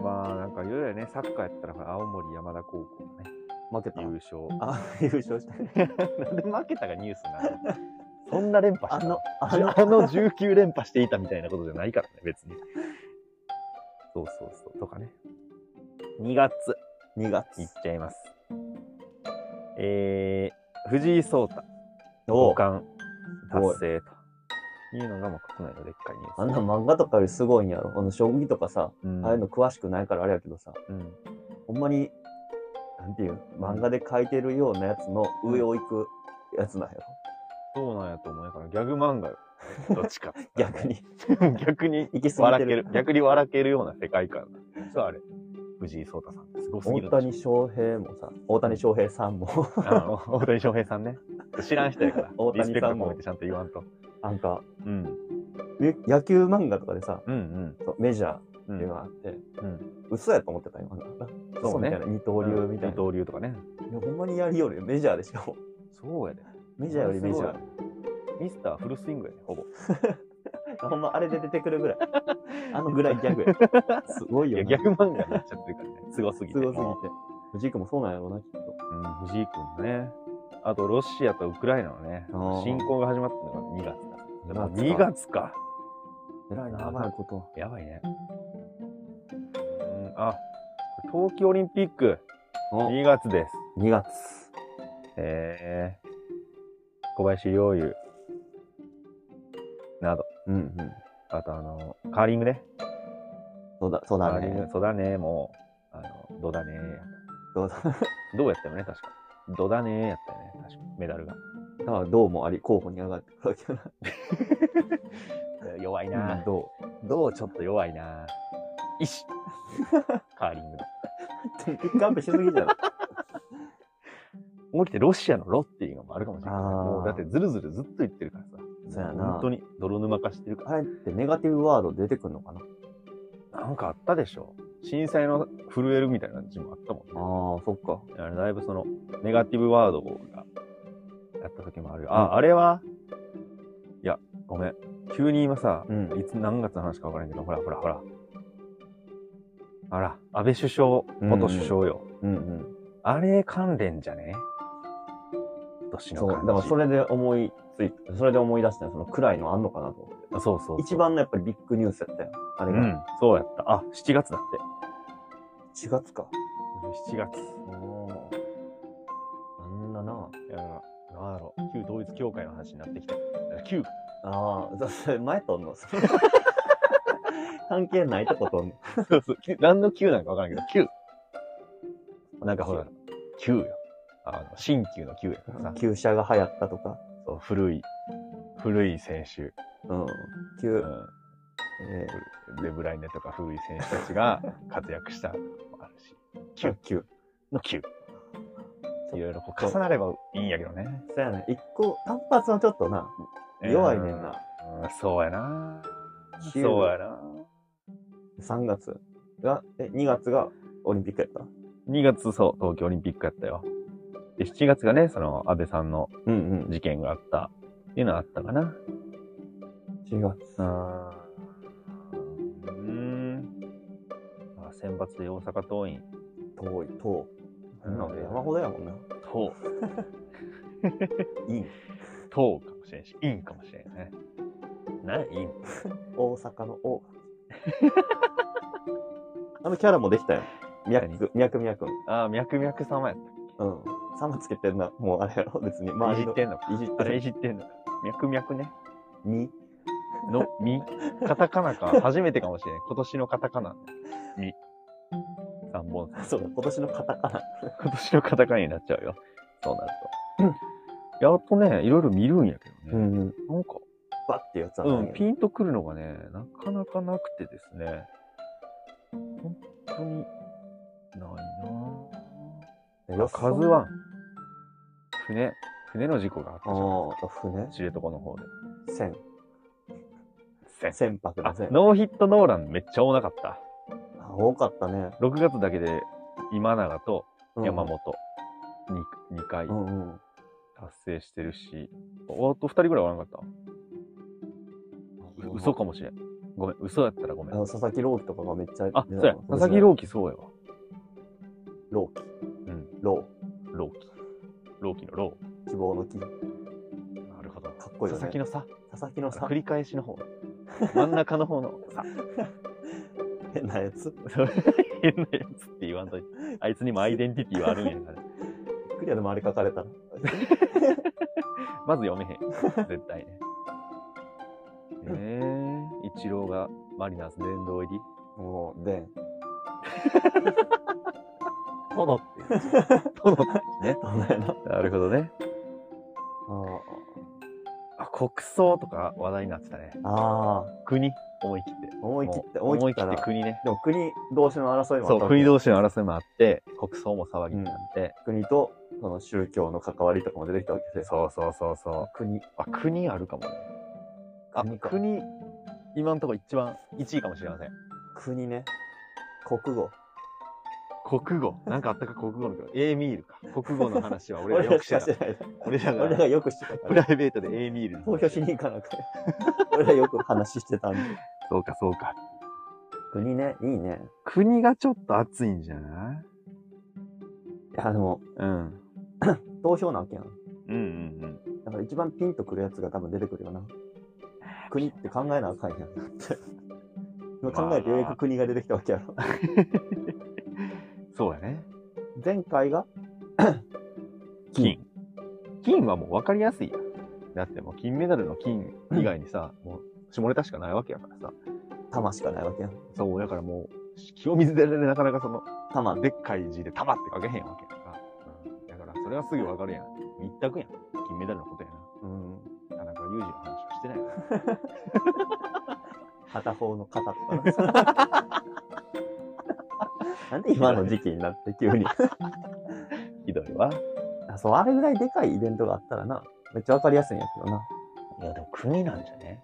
[SPEAKER 1] まあなんかいろいろねサッカーやったらほら青森山田高校のね
[SPEAKER 2] 負けた。
[SPEAKER 1] 優勝
[SPEAKER 2] あ、優勝した。
[SPEAKER 1] なんで負けたがニュースなの そんな連覇
[SPEAKER 2] あ
[SPEAKER 1] した
[SPEAKER 2] の
[SPEAKER 1] の、
[SPEAKER 2] あ
[SPEAKER 1] あ
[SPEAKER 2] の、
[SPEAKER 1] のあの19連覇していたみたいなことじゃないからね別にそうそうそうとかね2月
[SPEAKER 2] 2月
[SPEAKER 1] いっ。ちゃいますえー、藤井聡太
[SPEAKER 2] お
[SPEAKER 1] 五
[SPEAKER 2] う
[SPEAKER 1] 冠
[SPEAKER 2] すごい
[SPEAKER 1] 達成というのがまあ国内のでっかいニュース。
[SPEAKER 2] あんな漫画とかよりすごいんやろ。あの、将棋とかさ、
[SPEAKER 1] うん、
[SPEAKER 2] ああいうの詳しくないからあれやけどさ、
[SPEAKER 1] うん
[SPEAKER 2] ほんまに、なんていう、漫画で描いてるようなやつの上を行くやつなんやろ。
[SPEAKER 1] そうなんやと思うからギャグ漫画よ。どっちか。
[SPEAKER 2] 逆。に。
[SPEAKER 1] 逆に
[SPEAKER 2] 行き過ぎ
[SPEAKER 1] 笑
[SPEAKER 2] て
[SPEAKER 1] け
[SPEAKER 2] る
[SPEAKER 1] る。。逆に笑けるような世界観。そうあれ。藤井聡太さんってすごすぎ
[SPEAKER 2] 大
[SPEAKER 1] る。
[SPEAKER 2] 谷翔平もさ、大谷翔平さんも、
[SPEAKER 1] あの大谷翔平さんね。知らん人やから。
[SPEAKER 2] 大谷さんも
[SPEAKER 1] リスペクト込めてちゃんと言わんと。
[SPEAKER 2] なんか、
[SPEAKER 1] うん。
[SPEAKER 2] ね野球漫画とかでさ、
[SPEAKER 1] うん
[SPEAKER 2] そうメジャーっ
[SPEAKER 1] う
[SPEAKER 2] て
[SPEAKER 1] ん。
[SPEAKER 2] いうのがあって、
[SPEAKER 1] うん
[SPEAKER 2] 嘘やと思ってた今のな。
[SPEAKER 1] そうね
[SPEAKER 2] 嘘みたいな二刀流みたい
[SPEAKER 1] 二
[SPEAKER 2] な。
[SPEAKER 1] 刀流とかね。
[SPEAKER 2] いやほんまにやりよるよ、メジャーでし かも。
[SPEAKER 1] そうやで。
[SPEAKER 2] メジャーよりメジャー。
[SPEAKER 1] ミスターフルスイングやね、ほぼ。
[SPEAKER 2] ほんま、あれで出てくるぐらい。あのぐらいギャグ や。すごい
[SPEAKER 1] い
[SPEAKER 2] よ
[SPEAKER 1] や、
[SPEAKER 2] ね。
[SPEAKER 1] ギャグ漫画になっちゃってるからね。すごすぎ
[SPEAKER 2] す
[SPEAKER 1] て。
[SPEAKER 2] ごすぎて。藤井君もそうなんやろうな、きっと。
[SPEAKER 1] うん、藤井君ね。あと、ロシアとウクライナのね
[SPEAKER 2] あー、
[SPEAKER 1] 侵攻が始まったのが2月だ。もう
[SPEAKER 2] 二月
[SPEAKER 1] 2
[SPEAKER 2] か
[SPEAKER 1] 月か。
[SPEAKER 2] えらいな、やばいこと。
[SPEAKER 1] やばいね。うん、あ、これ冬季オリンピック
[SPEAKER 2] お
[SPEAKER 1] 2月です。
[SPEAKER 2] 2月。
[SPEAKER 1] えー、小林陵侑など。
[SPEAKER 2] うんうん。
[SPEAKER 1] あと、あの、カーリングね。
[SPEAKER 2] そうだ、そう
[SPEAKER 1] カ
[SPEAKER 2] だ
[SPEAKER 1] ーリン
[SPEAKER 2] ね
[SPEAKER 1] グ。。そうだね、もう、あの、どうだね。
[SPEAKER 2] そうだ。だか
[SPEAKER 1] どうやったよね、確か。どだねやったよね、確か。メダルが。
[SPEAKER 2] ら、どうもあり、候補に上がってくるわけだ
[SPEAKER 1] 弱い
[SPEAKER 2] な。
[SPEAKER 1] な。
[SPEAKER 2] ど
[SPEAKER 1] どうちょっと弱いな。意志。 カーリングの。
[SPEAKER 2] う。ピックアップしすぎ じゃない
[SPEAKER 1] 思い切ってロシアのロっていうのもあるかもしれない。
[SPEAKER 2] あー
[SPEAKER 1] もうだってずるずるずっと言ってるからさ。
[SPEAKER 2] そうやな
[SPEAKER 1] 本当に泥沼化してるから。
[SPEAKER 2] あれってネガティブワード出てくるのかな
[SPEAKER 1] なんかあったでしょ震災の震えるみたいな字もあったもんね。
[SPEAKER 2] ああ、そっか。
[SPEAKER 1] あれだいぶその、ネガティブワードが、やった時もあるよ。あ、あれはいや、ごめん。急に今さ、
[SPEAKER 2] うん。
[SPEAKER 1] いつ何月の話か分からんけど、ほらほらほら。あら、安倍首相、元首相よ。
[SPEAKER 2] うんうん。
[SPEAKER 1] あれ関連じゃね今年の
[SPEAKER 2] そう、だ
[SPEAKER 1] 感じ。
[SPEAKER 2] からそれで思いついそれで思い出したよそのくらいのあんのかなと思って。
[SPEAKER 1] あそうそうそう
[SPEAKER 2] 一。番のやっぱりビッグニュースやったよ。あれ
[SPEAKER 1] う
[SPEAKER 2] が。
[SPEAKER 1] ん、そうやった。あ、7月だって。
[SPEAKER 2] 4月か。
[SPEAKER 1] 7月。
[SPEAKER 2] あんなな。
[SPEAKER 1] いや、なんやろ。旧統一教会の話になってきた。旧、
[SPEAKER 2] ああ、だそれ前 とんの関係ないとことんの。
[SPEAKER 3] そうそう何の旧なんかわからんけど、旧。なんかほら、旧よ。あの、新旧の旧やからさ。
[SPEAKER 2] 旧車が流行ったとか。
[SPEAKER 3] そう古い、古い選手、
[SPEAKER 2] うん。旧、
[SPEAKER 3] う
[SPEAKER 2] え
[SPEAKER 3] ん、でブライネとか古い選手たちが活躍したのもあるし、
[SPEAKER 2] ー、旧、旧。
[SPEAKER 3] の旧。いろいろこう重なればいいんやけどね。
[SPEAKER 2] そうやね。一個、単発のちょっとな、弱いねんな。
[SPEAKER 1] うん、そうやな。
[SPEAKER 2] 旧
[SPEAKER 1] そうやな。
[SPEAKER 2] 3月が、え、2月がオリンピックやった。
[SPEAKER 3] 2月、そう、東京オリンピックやったよ。で、7月がね、その、安倍さんの
[SPEAKER 2] うんうん。
[SPEAKER 3] 事件があった、っていうのはあったかな。
[SPEAKER 2] 4月。
[SPEAKER 1] あ
[SPEAKER 3] うーん。
[SPEAKER 1] あ選抜で大阪桐蔭。
[SPEAKER 2] 遠い、遠い。なんで山ほどやもんな。
[SPEAKER 3] と
[SPEAKER 2] いいね
[SPEAKER 3] う、とうかもしれんし、いんかもしれんね。
[SPEAKER 1] ない
[SPEAKER 2] 大阪の王。 あのキャラもできたよ。脈、脈、脈。
[SPEAKER 1] ああ、脈々様やったっ
[SPEAKER 2] うん。サマつけてんな。もうあれやろ、別に。
[SPEAKER 1] け。
[SPEAKER 2] 周り
[SPEAKER 1] いじ
[SPEAKER 2] の
[SPEAKER 1] っ。てんのか。
[SPEAKER 2] いじっ
[SPEAKER 1] あ
[SPEAKER 2] て
[SPEAKER 1] れ
[SPEAKER 2] る。
[SPEAKER 1] いじってんのか。脈々ね。
[SPEAKER 2] に。
[SPEAKER 1] の、み。カタカナか。初めてかもしれん。今年のカタカナ。み。三本。
[SPEAKER 2] そうだ、今年のカタカナ。
[SPEAKER 1] 今年のカタカナになっちゃうよ。そうなると。やっとね、いろいろ見るんやけどね。
[SPEAKER 2] んうん。
[SPEAKER 1] なんか、
[SPEAKER 2] バッていうやつは
[SPEAKER 1] う、
[SPEAKER 2] なんい
[SPEAKER 1] ピンとくるのがね、なかなかなくてですね。本当に、ないな
[SPEAKER 2] よ。
[SPEAKER 1] ぁ。カズワン。船、船の事故があったじゃない
[SPEAKER 2] ああ、船
[SPEAKER 1] ですか。知床の方で。
[SPEAKER 2] 船。
[SPEAKER 1] 船
[SPEAKER 2] 船舶
[SPEAKER 1] あ
[SPEAKER 2] の船。
[SPEAKER 1] ノーヒットノーランめっちゃ多なかった。
[SPEAKER 2] あ多かったね。
[SPEAKER 1] 6月だけで今永と
[SPEAKER 2] うん
[SPEAKER 1] 山本 2, 回
[SPEAKER 2] う
[SPEAKER 1] 達
[SPEAKER 2] んうん。
[SPEAKER 1] 成してるし、あと2人ぐらいおらんかった。う嘘かもしれん。ごめん、嘘やったらごめ
[SPEAKER 2] あ
[SPEAKER 1] ん。
[SPEAKER 2] の佐々木朗希とかがめっちゃ。
[SPEAKER 1] あ、そうや、佐々木朗希そうやわ。
[SPEAKER 2] 希。朗希。
[SPEAKER 1] うん。
[SPEAKER 2] 朗。
[SPEAKER 1] 朗希。朗希の朗。
[SPEAKER 2] 希望の希。か
[SPEAKER 1] なるほど。
[SPEAKER 2] っこいいよ
[SPEAKER 1] 佐々木
[SPEAKER 2] ね。
[SPEAKER 1] のさ、
[SPEAKER 2] 佐々木のさ
[SPEAKER 1] 繰、り返しの方。真ん中の方のさ。
[SPEAKER 2] 変なやつ。
[SPEAKER 1] そう変なやつって言わんといて。あいつにもアイデンティティはあるんやから。
[SPEAKER 2] クリアでもあれ書かれたら。
[SPEAKER 1] まず読めへん。絶対ね。ええイチローがマリナーズ殿堂入り。
[SPEAKER 2] もう、 でん。殿って。
[SPEAKER 1] ね。
[SPEAKER 2] 殿やな。
[SPEAKER 1] なるほどね。
[SPEAKER 2] あ
[SPEAKER 1] あ、国葬とか話題になってたね。
[SPEAKER 2] あああ、
[SPEAKER 1] 国、思い切って。
[SPEAKER 2] 思い切って、
[SPEAKER 1] もう
[SPEAKER 2] 思い切った
[SPEAKER 1] 思い切って
[SPEAKER 2] ら。
[SPEAKER 1] 国ね。
[SPEAKER 2] でも国同士の争いもあった
[SPEAKER 1] そ
[SPEAKER 2] わけ
[SPEAKER 1] う、国同士の争いもあって、国葬も騒ぎになって。
[SPEAKER 2] 国とその宗教の関わりとかも出てきたわけで。
[SPEAKER 1] そうそうそうそう。
[SPEAKER 2] 国。
[SPEAKER 1] あ、国あるかもね。あ、
[SPEAKER 2] 国
[SPEAKER 1] 国
[SPEAKER 2] か
[SPEAKER 1] 今のところ一番、1位かもしれません。
[SPEAKER 2] 国ね。国語。
[SPEAKER 1] 国語。なんかあったか国語の、エーミールか。国語の話 は俺
[SPEAKER 2] 俺ら
[SPEAKER 1] らよ
[SPEAKER 2] よく
[SPEAKER 1] くし
[SPEAKER 2] してて
[SPEAKER 1] た。
[SPEAKER 2] ない。
[SPEAKER 1] 俺ら
[SPEAKER 2] 俺ら
[SPEAKER 1] が
[SPEAKER 2] がよくしてたか
[SPEAKER 1] プ
[SPEAKER 2] ら
[SPEAKER 1] ラ。イベートでエーミールの話
[SPEAKER 2] 投票しに行かなくて。俺らよく話してたんで。
[SPEAKER 1] そうかそうか。
[SPEAKER 2] 国ね、いいね。
[SPEAKER 1] 国がちょっと熱いんじゃない
[SPEAKER 2] いや、でも、
[SPEAKER 1] うん。
[SPEAKER 2] 投票なわけやん。
[SPEAKER 1] うんうんうん。
[SPEAKER 2] だから一番ピンとくるやつが多分出てくるよな。国って考えなあかんや ん。だって今考えてようやく国が出てきたわけやろ。
[SPEAKER 1] そうやね。
[SPEAKER 2] 前回が
[SPEAKER 1] 金。金はもう分かりやすいやんだってもう金メダルの金以外にさ、もう下ネタしかないわけやからさ。
[SPEAKER 2] 玉しかないわけやん。
[SPEAKER 1] そう、だからもう、清水寺でなかなかその、
[SPEAKER 2] 玉
[SPEAKER 1] でっかい字で玉って書けへんわけやから。うんだからそれはすぐ分かるやん。一択やん。金メダルのことや
[SPEAKER 2] うん。
[SPEAKER 1] な。田中裕二の話はしてないよ。
[SPEAKER 2] 片方の肩とか な。なんで今の時期になって急に。
[SPEAKER 1] ひどいわ。
[SPEAKER 2] あそう、あれぐらいでかいイベントがあったらな、めっちゃわかりやすいんやけどな。
[SPEAKER 1] いや、でも国なんじゃね。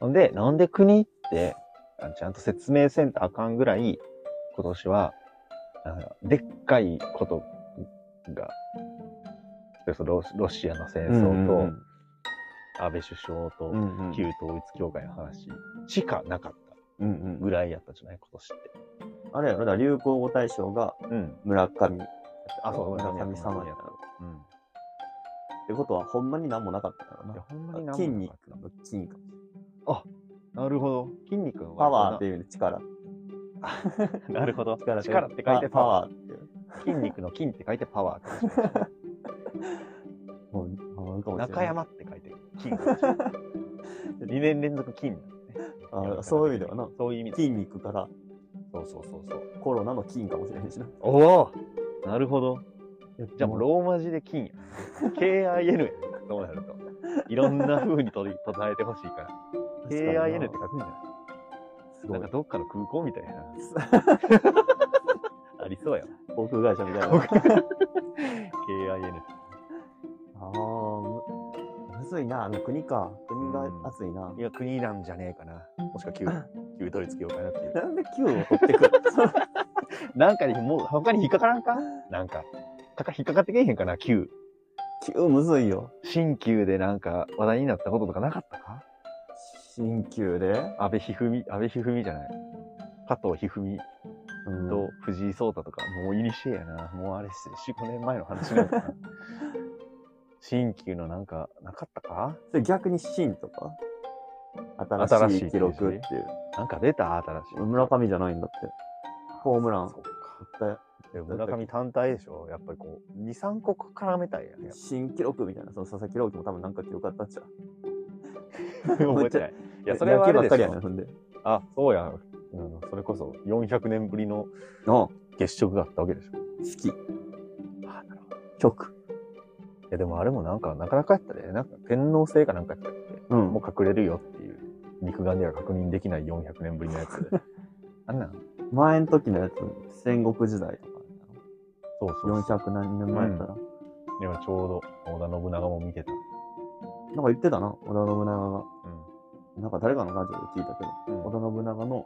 [SPEAKER 1] ほんで、なんで国って、あちゃんと説明せんとあかんぐらい、今年は、あのでっかいことが、それこそロロシアの戦争と、安倍首相と
[SPEAKER 2] う、んうん。
[SPEAKER 1] 旧統一教会の話しかなかっ
[SPEAKER 2] うんうん
[SPEAKER 1] たぐらいやったじゃない、今年って。
[SPEAKER 2] あれやろ、だから流行語大賞が
[SPEAKER 1] うん。
[SPEAKER 2] 村上。
[SPEAKER 1] あ、そう、
[SPEAKER 2] 村上
[SPEAKER 1] さん
[SPEAKER 2] 様
[SPEAKER 1] は
[SPEAKER 2] や
[SPEAKER 1] や
[SPEAKER 2] っ
[SPEAKER 1] ったた
[SPEAKER 2] の。
[SPEAKER 1] うん。
[SPEAKER 2] ってことは、ほんまになんもなかったから
[SPEAKER 1] いや、
[SPEAKER 2] な。
[SPEAKER 1] ほんまになんもなかった
[SPEAKER 2] 筋肉の筋か。
[SPEAKER 1] なるほど。筋肉の
[SPEAKER 2] パワーって
[SPEAKER 1] て。
[SPEAKER 2] いうね力。
[SPEAKER 1] なるほど。
[SPEAKER 2] 力
[SPEAKER 1] 力って書い
[SPEAKER 2] パ
[SPEAKER 1] てパワ
[SPEAKER 2] ワーっていう。
[SPEAKER 1] ー。筋肉の筋って書いてパワーって書いて。
[SPEAKER 2] もう、あるかもしれない
[SPEAKER 1] 中山って書いてる。金。 二年連続金なんだね。
[SPEAKER 2] あそういう意味ではな。
[SPEAKER 1] そういう意味で。
[SPEAKER 2] 筋肉から
[SPEAKER 1] そうそうそうそう。
[SPEAKER 2] コロナの金かもしれへんしな。
[SPEAKER 1] おお。なるほど。じ
[SPEAKER 2] じ
[SPEAKER 1] ゃあもうローマ字で金や。KIN や。そうなると。いろんな風に取り捉えてほしいから。KIN って書くんじゃない
[SPEAKER 2] す
[SPEAKER 1] な
[SPEAKER 2] ご
[SPEAKER 1] ん
[SPEAKER 2] い
[SPEAKER 1] か。どっかの空港みたいな。ありそうやわ。
[SPEAKER 2] 航空会社みたいな。 あ
[SPEAKER 1] KIN。
[SPEAKER 2] あー、むむずいな。あの国か。国が熱いな。
[SPEAKER 1] いや、国なんじゃねえかな。もしくは旧、旧統一教会のっていう。
[SPEAKER 2] なんで Q を取ってくる
[SPEAKER 1] なんかに、もう他に引っかからんかなんか。かか引っかかってけえへんかな、旧。
[SPEAKER 2] ?Q むずいよ。
[SPEAKER 1] 新旧でなんか話題になったこととかなかったか
[SPEAKER 2] 新旧で
[SPEAKER 1] 安倍一二三、安倍一二三じゃない。加藤一二
[SPEAKER 2] うん
[SPEAKER 1] 三と藤井聡太とか、もういにしえやな。もうあれ、4、5年前の話なのかな。新旧のなんか、なかったか
[SPEAKER 2] それ逆に新とか
[SPEAKER 1] 新
[SPEAKER 2] 新
[SPEAKER 1] しい
[SPEAKER 2] しい記録っていう。
[SPEAKER 1] なんか出た新しい。
[SPEAKER 2] 村上じゃないんだって。ホームラン
[SPEAKER 1] そ。うか。
[SPEAKER 2] 絶対
[SPEAKER 1] で村上単体でしょやっぱりこう、2、3個絡めたいや ね。
[SPEAKER 2] 新記録みたいな、その佐々木朗希も多分なんか記録あったんちゃう。
[SPEAKER 1] 覚えてない。いや、それはあ
[SPEAKER 2] 野球ば
[SPEAKER 1] れ
[SPEAKER 2] っ
[SPEAKER 1] で
[SPEAKER 2] か
[SPEAKER 1] し
[SPEAKER 2] りやね
[SPEAKER 1] ょ
[SPEAKER 2] ん、ほんで。
[SPEAKER 1] あ、そうや。うん、それこそ400年ぶりの
[SPEAKER 2] の、
[SPEAKER 1] 月食があったわけでしょ。い
[SPEAKER 2] 好き。曲。
[SPEAKER 1] や、でもあれもなんか、なかなかやったで、なんか天皇制かなんかやったっけ
[SPEAKER 2] うん。
[SPEAKER 1] もう隠れるよっていう、肉眼では確認できない400年ぶりのや つで。あんなん
[SPEAKER 2] 前の時のやつ、戦国時代とか
[SPEAKER 1] そうそうそう。
[SPEAKER 2] 400何年前やったら、
[SPEAKER 1] でもちょうど、織田信長も見てた。
[SPEAKER 2] なんか言ってたな織田信長が
[SPEAKER 1] うん。
[SPEAKER 2] なんか誰かのラジオで聞いたけど、
[SPEAKER 1] うん
[SPEAKER 2] 織田信長の
[SPEAKER 1] うん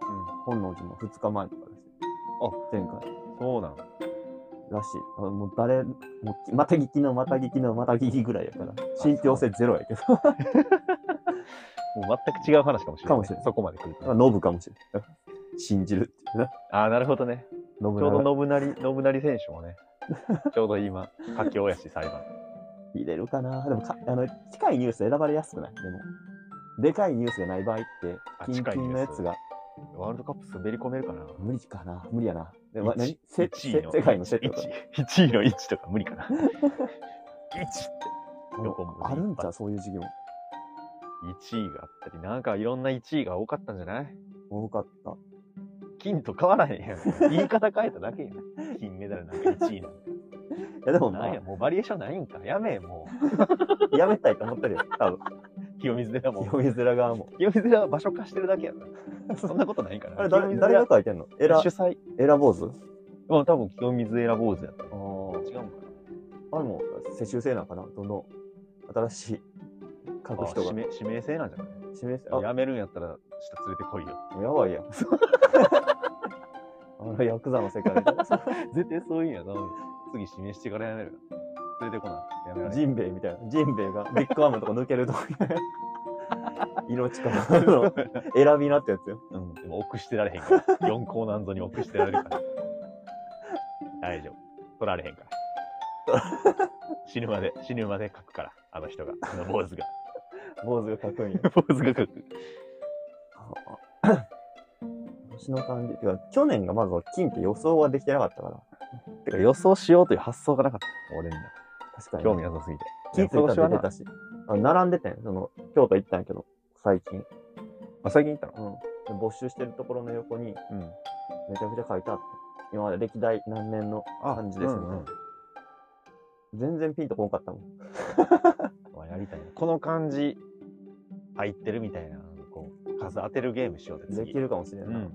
[SPEAKER 2] 本能寺の2日前とかですよ前回
[SPEAKER 1] そうなの。
[SPEAKER 2] らしいあもう誰もうまた聞きのまた聞きのまた聞きぐらいやから信憑性ゼロやけど
[SPEAKER 1] もう全く違う話かもしれない。
[SPEAKER 2] かもしれない
[SPEAKER 1] そこまで来ると。
[SPEAKER 2] ノブかもしれない信じるっていうな
[SPEAKER 1] ああ、なるほどね。
[SPEAKER 2] 信
[SPEAKER 1] ちょう
[SPEAKER 2] 長
[SPEAKER 1] ど信成、信成選手 もね、ちょうど今、佳境やし、裁判。
[SPEAKER 2] 入れるかなでもかあの近いニュース選ばれやすくないでもでかいニュースがない場合って
[SPEAKER 1] あ
[SPEAKER 2] 近
[SPEAKER 1] 近いニ
[SPEAKER 2] 々
[SPEAKER 1] ュ
[SPEAKER 2] の
[SPEAKER 1] ース
[SPEAKER 2] やつが
[SPEAKER 1] ワールドカップ滑り込めるかな
[SPEAKER 2] 無理かな無理やなでも
[SPEAKER 1] 一
[SPEAKER 2] 何せ
[SPEAKER 1] 一
[SPEAKER 2] せ世界のセットとか
[SPEAKER 1] 1, 位の位置とか無理かな。1って。横文字
[SPEAKER 2] あるんちゃうそういう時期も
[SPEAKER 1] 1位があったり、なんかいろんな1位が多かったんじゃない
[SPEAKER 2] 多かった
[SPEAKER 1] 金と変わらへんやん。言い方変えただけや ん。金メダルなんか1位なんて。
[SPEAKER 2] いやでも、ま
[SPEAKER 1] なんや、もうバリエーションないんか。やめえ、も
[SPEAKER 2] あ、やめたいと思ってるよ。多分。
[SPEAKER 1] う。清水 寺も。
[SPEAKER 2] 清水寺側も。
[SPEAKER 1] 清水寺は場所化してるだけや な。そんなことないから。
[SPEAKER 2] あれ、
[SPEAKER 1] 清
[SPEAKER 2] 誰、
[SPEAKER 1] 水
[SPEAKER 2] 誰
[SPEAKER 1] 寺
[SPEAKER 2] が書いてんのエラ、
[SPEAKER 1] 主催。
[SPEAKER 2] エラ坊主
[SPEAKER 1] まあ多分清水寺坊主やった。違
[SPEAKER 2] あ
[SPEAKER 1] うんかな。
[SPEAKER 2] あ。あれも、世襲制なんかなどんどん、新しい、書く人
[SPEAKER 1] あ
[SPEAKER 2] が
[SPEAKER 1] 指。名指名制なんじゃない
[SPEAKER 2] 指名制。
[SPEAKER 1] あ
[SPEAKER 2] あ、
[SPEAKER 1] やめるんやったら下連れてこいよ。
[SPEAKER 2] やばいやん。 あれ、ヤクザの世界
[SPEAKER 1] 絶対そういうんやな。次指名してからやめる。連れてこない。やめられ
[SPEAKER 2] ジ
[SPEAKER 1] ん。
[SPEAKER 2] ンベイみたいな。ジンベイが、ビッグアームとか抜けるとこ 命からの選びなってやつよ。
[SPEAKER 1] うん、でも奥してられへんから。4コー ナーぞに奥してられるから。大丈夫。取られへん から。死ぬまで、死ぬまで書くから。あの人が。あの坊主が。
[SPEAKER 2] 坊主が書くんや。
[SPEAKER 1] 坊主が書く。
[SPEAKER 2] 年の感じ。てか、去年がまず金って予想はできてなかったから。
[SPEAKER 1] てか予想しようという発想がなかった。俺には。
[SPEAKER 2] 確かに。
[SPEAKER 1] 興味なさすぎて。
[SPEAKER 2] 気づいたら出てたし。あ並んでたんよその、京都行ったんやけど、最近。
[SPEAKER 1] あ、最近行ったの
[SPEAKER 2] うん。で募集してるところの横に、
[SPEAKER 1] うん。
[SPEAKER 2] めちゃくちゃ書いてあって。今まで歴代何年の感じですみたいな。
[SPEAKER 1] うんうん
[SPEAKER 2] 全然ピンとこんかったもん。
[SPEAKER 1] はやりたいな。この感じ、入ってるみたいな、こう、数当てるゲームしようぜ、
[SPEAKER 2] で
[SPEAKER 1] 次。
[SPEAKER 2] きるかもしれ
[SPEAKER 1] うん
[SPEAKER 2] ない。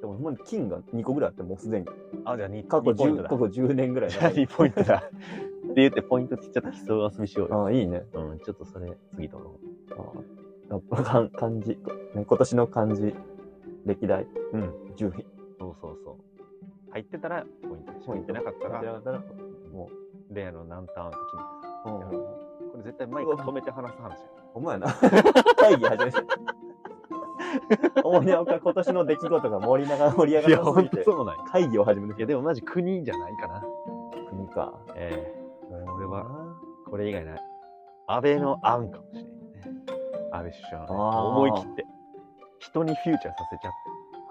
[SPEAKER 2] でも、ほんまに金が2個ぐらいあって、もうすでに。
[SPEAKER 1] あ、じゃあ2、
[SPEAKER 2] 過去
[SPEAKER 1] 二ポイン
[SPEAKER 2] 10、
[SPEAKER 1] トだ
[SPEAKER 2] 過。去10年ぐらい
[SPEAKER 1] じゃあ
[SPEAKER 2] だ。
[SPEAKER 1] 2ポイントだ。って言って、ポイントちっちゃった競う遊びしようよ。
[SPEAKER 2] ああ、いいね。
[SPEAKER 1] うん、ちょっとそれ、次取ろ
[SPEAKER 2] ああやっぱかん漢字、ね、今年の漢字、歴代、
[SPEAKER 1] うん、
[SPEAKER 2] 順位。
[SPEAKER 1] う。そうそうそう。入ってたら、ポイントでしょ。
[SPEAKER 2] ポイ
[SPEAKER 1] 入
[SPEAKER 2] ン
[SPEAKER 1] っ
[SPEAKER 2] ト
[SPEAKER 1] てなかった
[SPEAKER 2] や
[SPEAKER 1] ら、
[SPEAKER 2] ったら、も
[SPEAKER 1] レアの何ターンか決めて
[SPEAKER 2] う、うん、
[SPEAKER 1] これ絶対マイク止めて話す話や。
[SPEAKER 2] お前な。会議始めて。大根岡今年の出来事が盛りなが盛り上が
[SPEAKER 1] いや、
[SPEAKER 2] らなす
[SPEAKER 1] ほん
[SPEAKER 2] ぎ
[SPEAKER 1] と
[SPEAKER 2] て、
[SPEAKER 1] そうなんや。
[SPEAKER 2] 会議を始め
[SPEAKER 1] い
[SPEAKER 2] て
[SPEAKER 1] や、でもマジ国じゃないかな。
[SPEAKER 2] 国か。
[SPEAKER 1] ええ俺は、
[SPEAKER 2] あ
[SPEAKER 1] これ以外ない。安倍の案かもしれないね。安倍首相のね、
[SPEAKER 2] あー
[SPEAKER 1] 思い切って。人にフューチャーさせちゃっ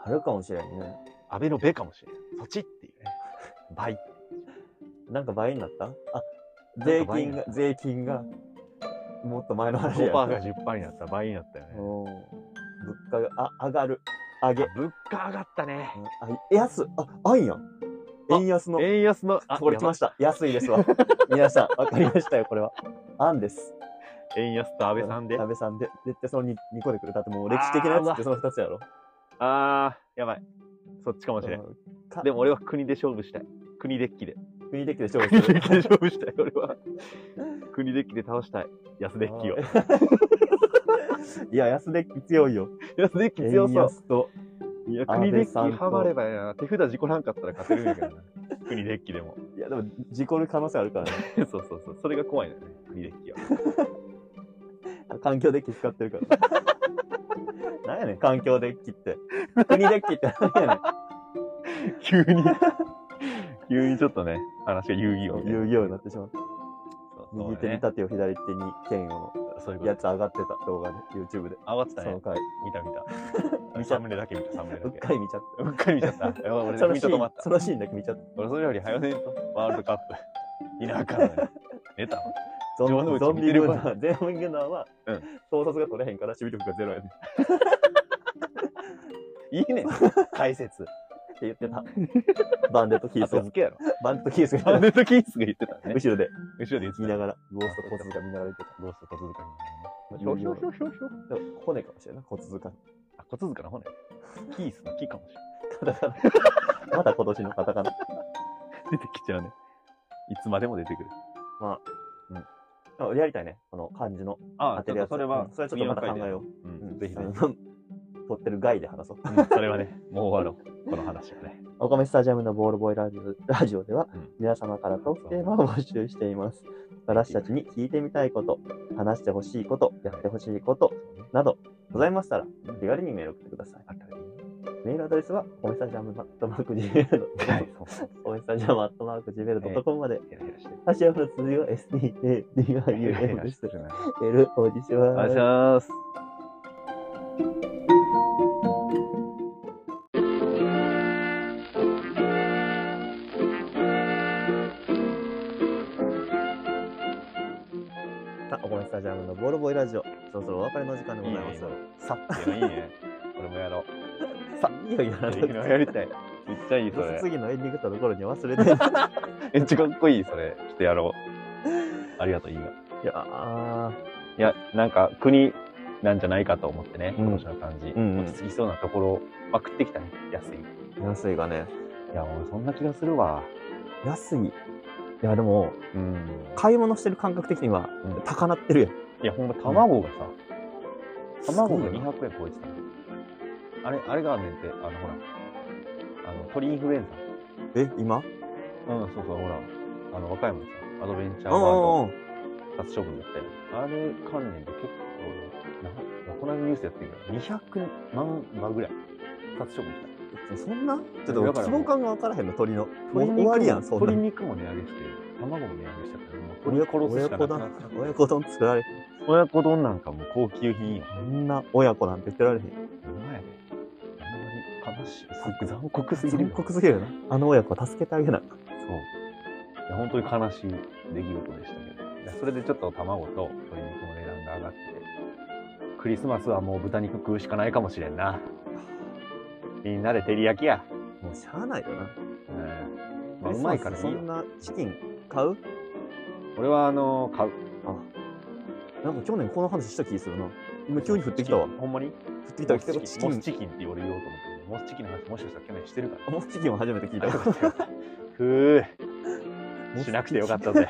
[SPEAKER 1] て。
[SPEAKER 2] あるかもしれんね。
[SPEAKER 1] 安倍のべかもしれない。そちっていうね。倍。
[SPEAKER 2] なんか倍になったあ、
[SPEAKER 1] なん
[SPEAKER 2] 税
[SPEAKER 1] か倍に
[SPEAKER 2] 金
[SPEAKER 1] なっ
[SPEAKER 2] が、税金が、もっと前の話や。
[SPEAKER 1] 5%が10%になったら倍になったよね。
[SPEAKER 2] おー物価が、あ、上がる。上げ。
[SPEAKER 1] 物価上がったね。
[SPEAKER 2] あ、安。あ、あんやん。
[SPEAKER 1] あ
[SPEAKER 2] 円安の。
[SPEAKER 1] 円安の、あ、
[SPEAKER 2] これ来ました。安いですわ。皆さん、わかりましたよ、これは。あんです。
[SPEAKER 1] やばい円安と安倍さんで。
[SPEAKER 2] 安倍さんで。絶対その 2, 二個で来る。だってもう歴史的なやつってその2つやろ。
[SPEAKER 1] あー、やばい。そっちかもしれん。
[SPEAKER 2] うんか
[SPEAKER 1] でも俺は国で勝負したい。国デッキで。
[SPEAKER 2] 国デッキで勝負
[SPEAKER 1] 国
[SPEAKER 2] する
[SPEAKER 1] デ ッ。キで勝負したい、俺は。国デッキで倒したい。安デッキを。
[SPEAKER 2] いや、安デッキ強いよ。
[SPEAKER 1] 安デッキ強
[SPEAKER 2] 円
[SPEAKER 1] そう。
[SPEAKER 2] 安と。
[SPEAKER 1] いや、
[SPEAKER 2] 安
[SPEAKER 1] 国デ
[SPEAKER 2] 倍
[SPEAKER 1] ッ
[SPEAKER 2] さんと
[SPEAKER 1] キハマればやな。手札事故らんかったら勝てるんやけどな。国デッキで も。
[SPEAKER 2] いや、でも、事故る可能性あるからね。
[SPEAKER 1] そうそうそう。それが怖いのよね。国デッキは。
[SPEAKER 2] 環境デッキ使って るから。何やねん、環境デッキって。国デッキって何や
[SPEAKER 1] 急に。 急にちょっとね、話が遊戯
[SPEAKER 2] ね
[SPEAKER 1] 王
[SPEAKER 2] ん。
[SPEAKER 1] みたいな
[SPEAKER 2] 遊戯王になってしまった。
[SPEAKER 1] そうそう
[SPEAKER 2] 右
[SPEAKER 1] だ
[SPEAKER 2] 手に
[SPEAKER 1] ね
[SPEAKER 2] 盾を左手に剣を
[SPEAKER 1] そうい
[SPEAKER 2] の
[SPEAKER 1] うこ
[SPEAKER 2] や
[SPEAKER 1] と。
[SPEAKER 2] つ上がってた動画で、YouTube で。
[SPEAKER 1] 慌てた
[SPEAKER 2] そ
[SPEAKER 1] ね
[SPEAKER 2] の。回、
[SPEAKER 1] 見た見た。
[SPEAKER 2] 見ちゃ
[SPEAKER 1] サムネだけ見た、サムネ
[SPEAKER 2] う
[SPEAKER 1] だ
[SPEAKER 2] っ
[SPEAKER 1] け。
[SPEAKER 2] かり見ちゃった。
[SPEAKER 1] うっかり見ちゃった。やばい俺
[SPEAKER 2] その
[SPEAKER 1] ね、見
[SPEAKER 2] シ
[SPEAKER 1] と止ま
[SPEAKER 2] ーン
[SPEAKER 1] っ、
[SPEAKER 2] そ
[SPEAKER 1] た。
[SPEAKER 2] のシーンだけ見ちゃった。
[SPEAKER 1] 俺、それより早ねんと、ワールドカップ。いなあかんのよ。出たわ。
[SPEAKER 2] ゾ
[SPEAKER 1] 城之
[SPEAKER 2] ン
[SPEAKER 1] 内
[SPEAKER 2] ゾンビ
[SPEAKER 1] 見てる
[SPEAKER 2] 軍
[SPEAKER 1] 場合
[SPEAKER 2] 団、全部軍団は
[SPEAKER 1] うん、
[SPEAKER 2] 盗撮が取れへんから、守備力がゼロやねんっ
[SPEAKER 1] いいねん。解説。
[SPEAKER 2] て言ってた。 バンデとキース
[SPEAKER 1] 後
[SPEAKER 2] が
[SPEAKER 1] 付、けやろ。
[SPEAKER 2] バンデとキースが
[SPEAKER 1] ア
[SPEAKER 2] 言って
[SPEAKER 1] ネトキースが言ってた
[SPEAKER 2] た。
[SPEAKER 1] ね。
[SPEAKER 2] 後ろで
[SPEAKER 1] 後ろで言って
[SPEAKER 2] 見
[SPEAKER 1] た
[SPEAKER 2] な。がら、ゴーストコツが見ながら言ってた。
[SPEAKER 1] ロースト小塚に。
[SPEAKER 2] ひょひょひょ
[SPEAKER 1] ひょひょ。
[SPEAKER 2] でも骨かもしれんない、コツ塚。
[SPEAKER 1] あ、小塚の骨。キースの木かもしれない。
[SPEAKER 2] カタカナ。まだ今年のカタ カナ。
[SPEAKER 1] 出てきちゃうね。いつまでも出てくる。
[SPEAKER 2] あやりたいね、この漢字の
[SPEAKER 1] あ
[SPEAKER 2] 当てるやつ。うんそれはちょっとまた考えよ
[SPEAKER 1] う。
[SPEAKER 2] う。
[SPEAKER 1] う
[SPEAKER 2] うん
[SPEAKER 1] ん、ぜひぜ
[SPEAKER 2] あの撮ってる外で話そう。
[SPEAKER 1] ひ。うんそれはね、もう終わろう。この話はね。
[SPEAKER 2] おかめスタジアムのボールボーイラジオラジオでは
[SPEAKER 1] うん、
[SPEAKER 2] 皆様からトークテーマを募集しています。私たちに聞いてみたいこと、話してほしいこと、やってほしいことなどございましたら、手軽にメールを送ってください。
[SPEAKER 1] あったらい
[SPEAKER 2] メールアドレスは、おめスタジアムアットマーク Gmail.com、
[SPEAKER 1] いね。そう。
[SPEAKER 2] おめスタジアムアットマーク Gmail.com まで、
[SPEAKER 1] ヘラヘラして。
[SPEAKER 2] スタジアムの続きは SDADIUM です。
[SPEAKER 1] るな。
[SPEAKER 2] メールお待ちして
[SPEAKER 1] お願
[SPEAKER 2] ま
[SPEAKER 1] いし
[SPEAKER 2] す。
[SPEAKER 1] ます。
[SPEAKER 2] さあ、お米スタジアムのボールボーイラジオ、そろそろお別れの時間でございます。
[SPEAKER 1] いいね
[SPEAKER 2] さ
[SPEAKER 1] いやいいね。俺もやろう。
[SPEAKER 2] さいいよ、やらなく
[SPEAKER 1] いい
[SPEAKER 2] て
[SPEAKER 1] のやりたい。めっちゃいい、それ。
[SPEAKER 2] 次のエンディング撮る頃には忘れ てる。い
[SPEAKER 1] めっちゃかっこいい、それ。ちょっとやろう。ありがとう、いいよ。
[SPEAKER 2] やー、
[SPEAKER 1] いや、なんか国なんじゃないかと思ってね、
[SPEAKER 2] うん
[SPEAKER 1] 今年の感じ、
[SPEAKER 2] うんうん
[SPEAKER 1] 落ち着きそうなところまくってきたね、安い。い
[SPEAKER 2] 安いがね。
[SPEAKER 1] や、俺そんな気がするわ。
[SPEAKER 2] 安い。いや、でも、
[SPEAKER 1] うん。
[SPEAKER 2] 買い物してる感覚的には
[SPEAKER 1] うん
[SPEAKER 2] 高鳴ってるやん。
[SPEAKER 1] いや、ほんま卵がさ、卵が
[SPEAKER 2] すごいな
[SPEAKER 1] 200円超えてたの。あれ、あれがあんねんって、あの、ほら、あの、鳥インフルエン
[SPEAKER 2] え、今
[SPEAKER 1] ザ。うん、そうそう、ほら、あの、若いもんさ、アドベンチャー
[SPEAKER 2] うんうん
[SPEAKER 1] ワー
[SPEAKER 2] う
[SPEAKER 1] ル
[SPEAKER 2] ん。
[SPEAKER 1] ド、殺処分だったよ。あれ関連で結構、な、この間ニュースやってるけど、200万羽ぐらい、殺処分した。
[SPEAKER 2] そんなちょっと
[SPEAKER 1] だから
[SPEAKER 2] 規模感が分からへんの、鳥の。もう
[SPEAKER 1] 鶏肉
[SPEAKER 2] 終
[SPEAKER 1] も
[SPEAKER 2] わりやん、そんな
[SPEAKER 1] 鶏
[SPEAKER 2] ん。
[SPEAKER 1] 肉も値上げして、卵も値上げしちゃったもう鶏殺すしかなくなっちゃった
[SPEAKER 2] 親子丼作られへん。
[SPEAKER 1] 親子丼なんかもう高級品よ。
[SPEAKER 2] こんな親子なんて言ってられへん。
[SPEAKER 1] ほんまやで。あんまり悲しい。すっごい 残酷すぎる
[SPEAKER 2] 残
[SPEAKER 1] よ。
[SPEAKER 2] 酷すぎるよな。あの親子は助けてあげな。
[SPEAKER 1] そう。いや、本当に悲しい出来事でしたけどいや。それでちょっと卵と鶏肉の値段が上がって、クリスマスはもう豚肉食うしかないかもしれんな。みんなで照り焼きや。
[SPEAKER 2] もうしゃあないよな。
[SPEAKER 1] うん。まあ、うまいからいい
[SPEAKER 2] そ
[SPEAKER 1] よ
[SPEAKER 2] ん。なチキン買う
[SPEAKER 1] 俺はあの買う。
[SPEAKER 2] なんか去年この話した気するな。今急に降ってきたわ。降
[SPEAKER 1] ほんまに
[SPEAKER 2] ってきた
[SPEAKER 1] モ
[SPEAKER 2] わ。
[SPEAKER 1] ス
[SPEAKER 2] チ
[SPEAKER 1] チキ
[SPEAKER 2] キ
[SPEAKER 1] ンモス
[SPEAKER 2] ン。
[SPEAKER 1] チキンって俺言おうと思ってるモスチキンの話もしかしたら去年してるから
[SPEAKER 2] あもうチキンを初めて聞い た。
[SPEAKER 1] ふうしなくてよかったぜ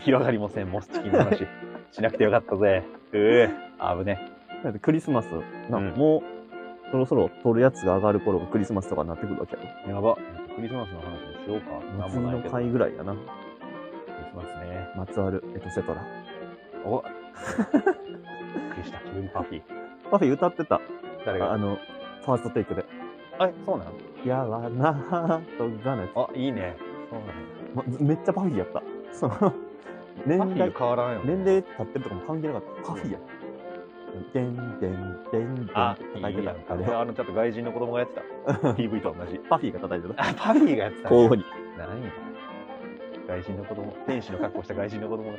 [SPEAKER 1] 広がりもせんモスチキンの話しなくてよかったぜふうあぶね
[SPEAKER 2] だってクリスマス、な
[SPEAKER 1] うん
[SPEAKER 2] もう、そろそろ取るやつが上がる頃がクリスマスとかになってくるわけやろ。
[SPEAKER 1] やばクリスマスの話にしようかなん
[SPEAKER 2] 祭
[SPEAKER 1] も
[SPEAKER 2] り
[SPEAKER 1] ない
[SPEAKER 2] の
[SPEAKER 1] けどク
[SPEAKER 2] 会ぐらいやな。
[SPEAKER 1] リスマスね
[SPEAKER 2] まつわるエトセトラ。
[SPEAKER 1] おびっくりした急にパフィー
[SPEAKER 2] パフィー歌ってた。
[SPEAKER 1] 誰
[SPEAKER 2] あ
[SPEAKER 1] が
[SPEAKER 2] の、ファーストテイクで。
[SPEAKER 1] あ、そうなん
[SPEAKER 2] やわなとがのやつ
[SPEAKER 1] あ、いいね。そうなんや
[SPEAKER 2] まずめっちゃパフィーやった。その、年
[SPEAKER 1] パフィ
[SPEAKER 2] 代
[SPEAKER 1] ー、変わらんよね。
[SPEAKER 2] 年齢経ってるとかも関係なかった。パフィーやった。でんでんでんでんって
[SPEAKER 1] あ、
[SPEAKER 2] 叩い
[SPEAKER 1] い
[SPEAKER 2] て
[SPEAKER 1] い
[SPEAKER 2] た
[SPEAKER 1] やん。。
[SPEAKER 2] あ
[SPEAKER 1] こ
[SPEAKER 2] れ
[SPEAKER 1] れ
[SPEAKER 2] を
[SPEAKER 1] はあの、ちょっと外人の子供がやってた。PV と同じ。
[SPEAKER 2] パフィーが叩いてた。
[SPEAKER 1] あ、パフィーがやってたんや。
[SPEAKER 2] 交互に。
[SPEAKER 1] 何や外人の子供天使の格好した外人の子供が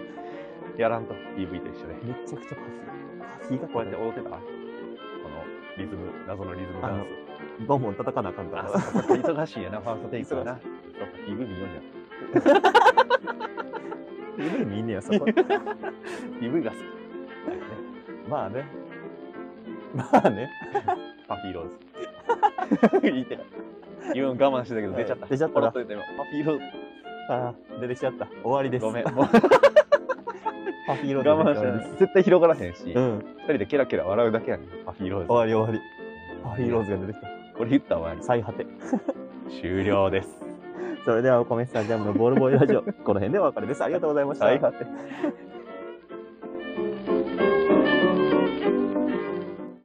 [SPEAKER 1] やらんと EV と一緒で
[SPEAKER 2] めちゃくちゃパフィー。パフィーが
[SPEAKER 1] こ
[SPEAKER 2] こ
[SPEAKER 1] う
[SPEAKER 2] うや
[SPEAKER 1] やって
[SPEAKER 2] っ
[SPEAKER 1] 踊ってたこのリズム謎のリズムダンス
[SPEAKER 2] て、ボンボン叩かなあかんか
[SPEAKER 1] あ
[SPEAKER 2] ら。
[SPEAKER 1] そうか 忙しいやなファーストテイクはな
[SPEAKER 2] 忙
[SPEAKER 1] そうか EV 見ようじ
[SPEAKER 2] 夢見んねや、そこ。
[SPEAKER 1] ゃん EV が好き
[SPEAKER 2] まあね。まあね。
[SPEAKER 1] パフィーローズ言いたい言うの我慢してたけど出ちゃった
[SPEAKER 2] 出ちゃった
[SPEAKER 1] ポロ
[SPEAKER 2] な
[SPEAKER 1] ッと出た今パフィーロー
[SPEAKER 2] あー出てきちゃった。終わりで
[SPEAKER 1] ズ
[SPEAKER 2] す。
[SPEAKER 1] ごめん
[SPEAKER 2] パ
[SPEAKER 1] もう
[SPEAKER 2] フィーロード
[SPEAKER 1] 我慢
[SPEAKER 2] で終わりで
[SPEAKER 1] して 絶対広がらへんし
[SPEAKER 2] す。う
[SPEAKER 1] 二
[SPEAKER 2] ん。
[SPEAKER 1] 人でケラケラ笑うだけやねんパフィーローズ
[SPEAKER 2] 終わり終わり。パフィーローズが出てきた。
[SPEAKER 1] これ言ったら終わ
[SPEAKER 2] 最果て。
[SPEAKER 1] り終了です
[SPEAKER 2] それではお米スタジアムのボールボーイラジオ、この辺でお別れです。ありがとうございました。
[SPEAKER 1] 最果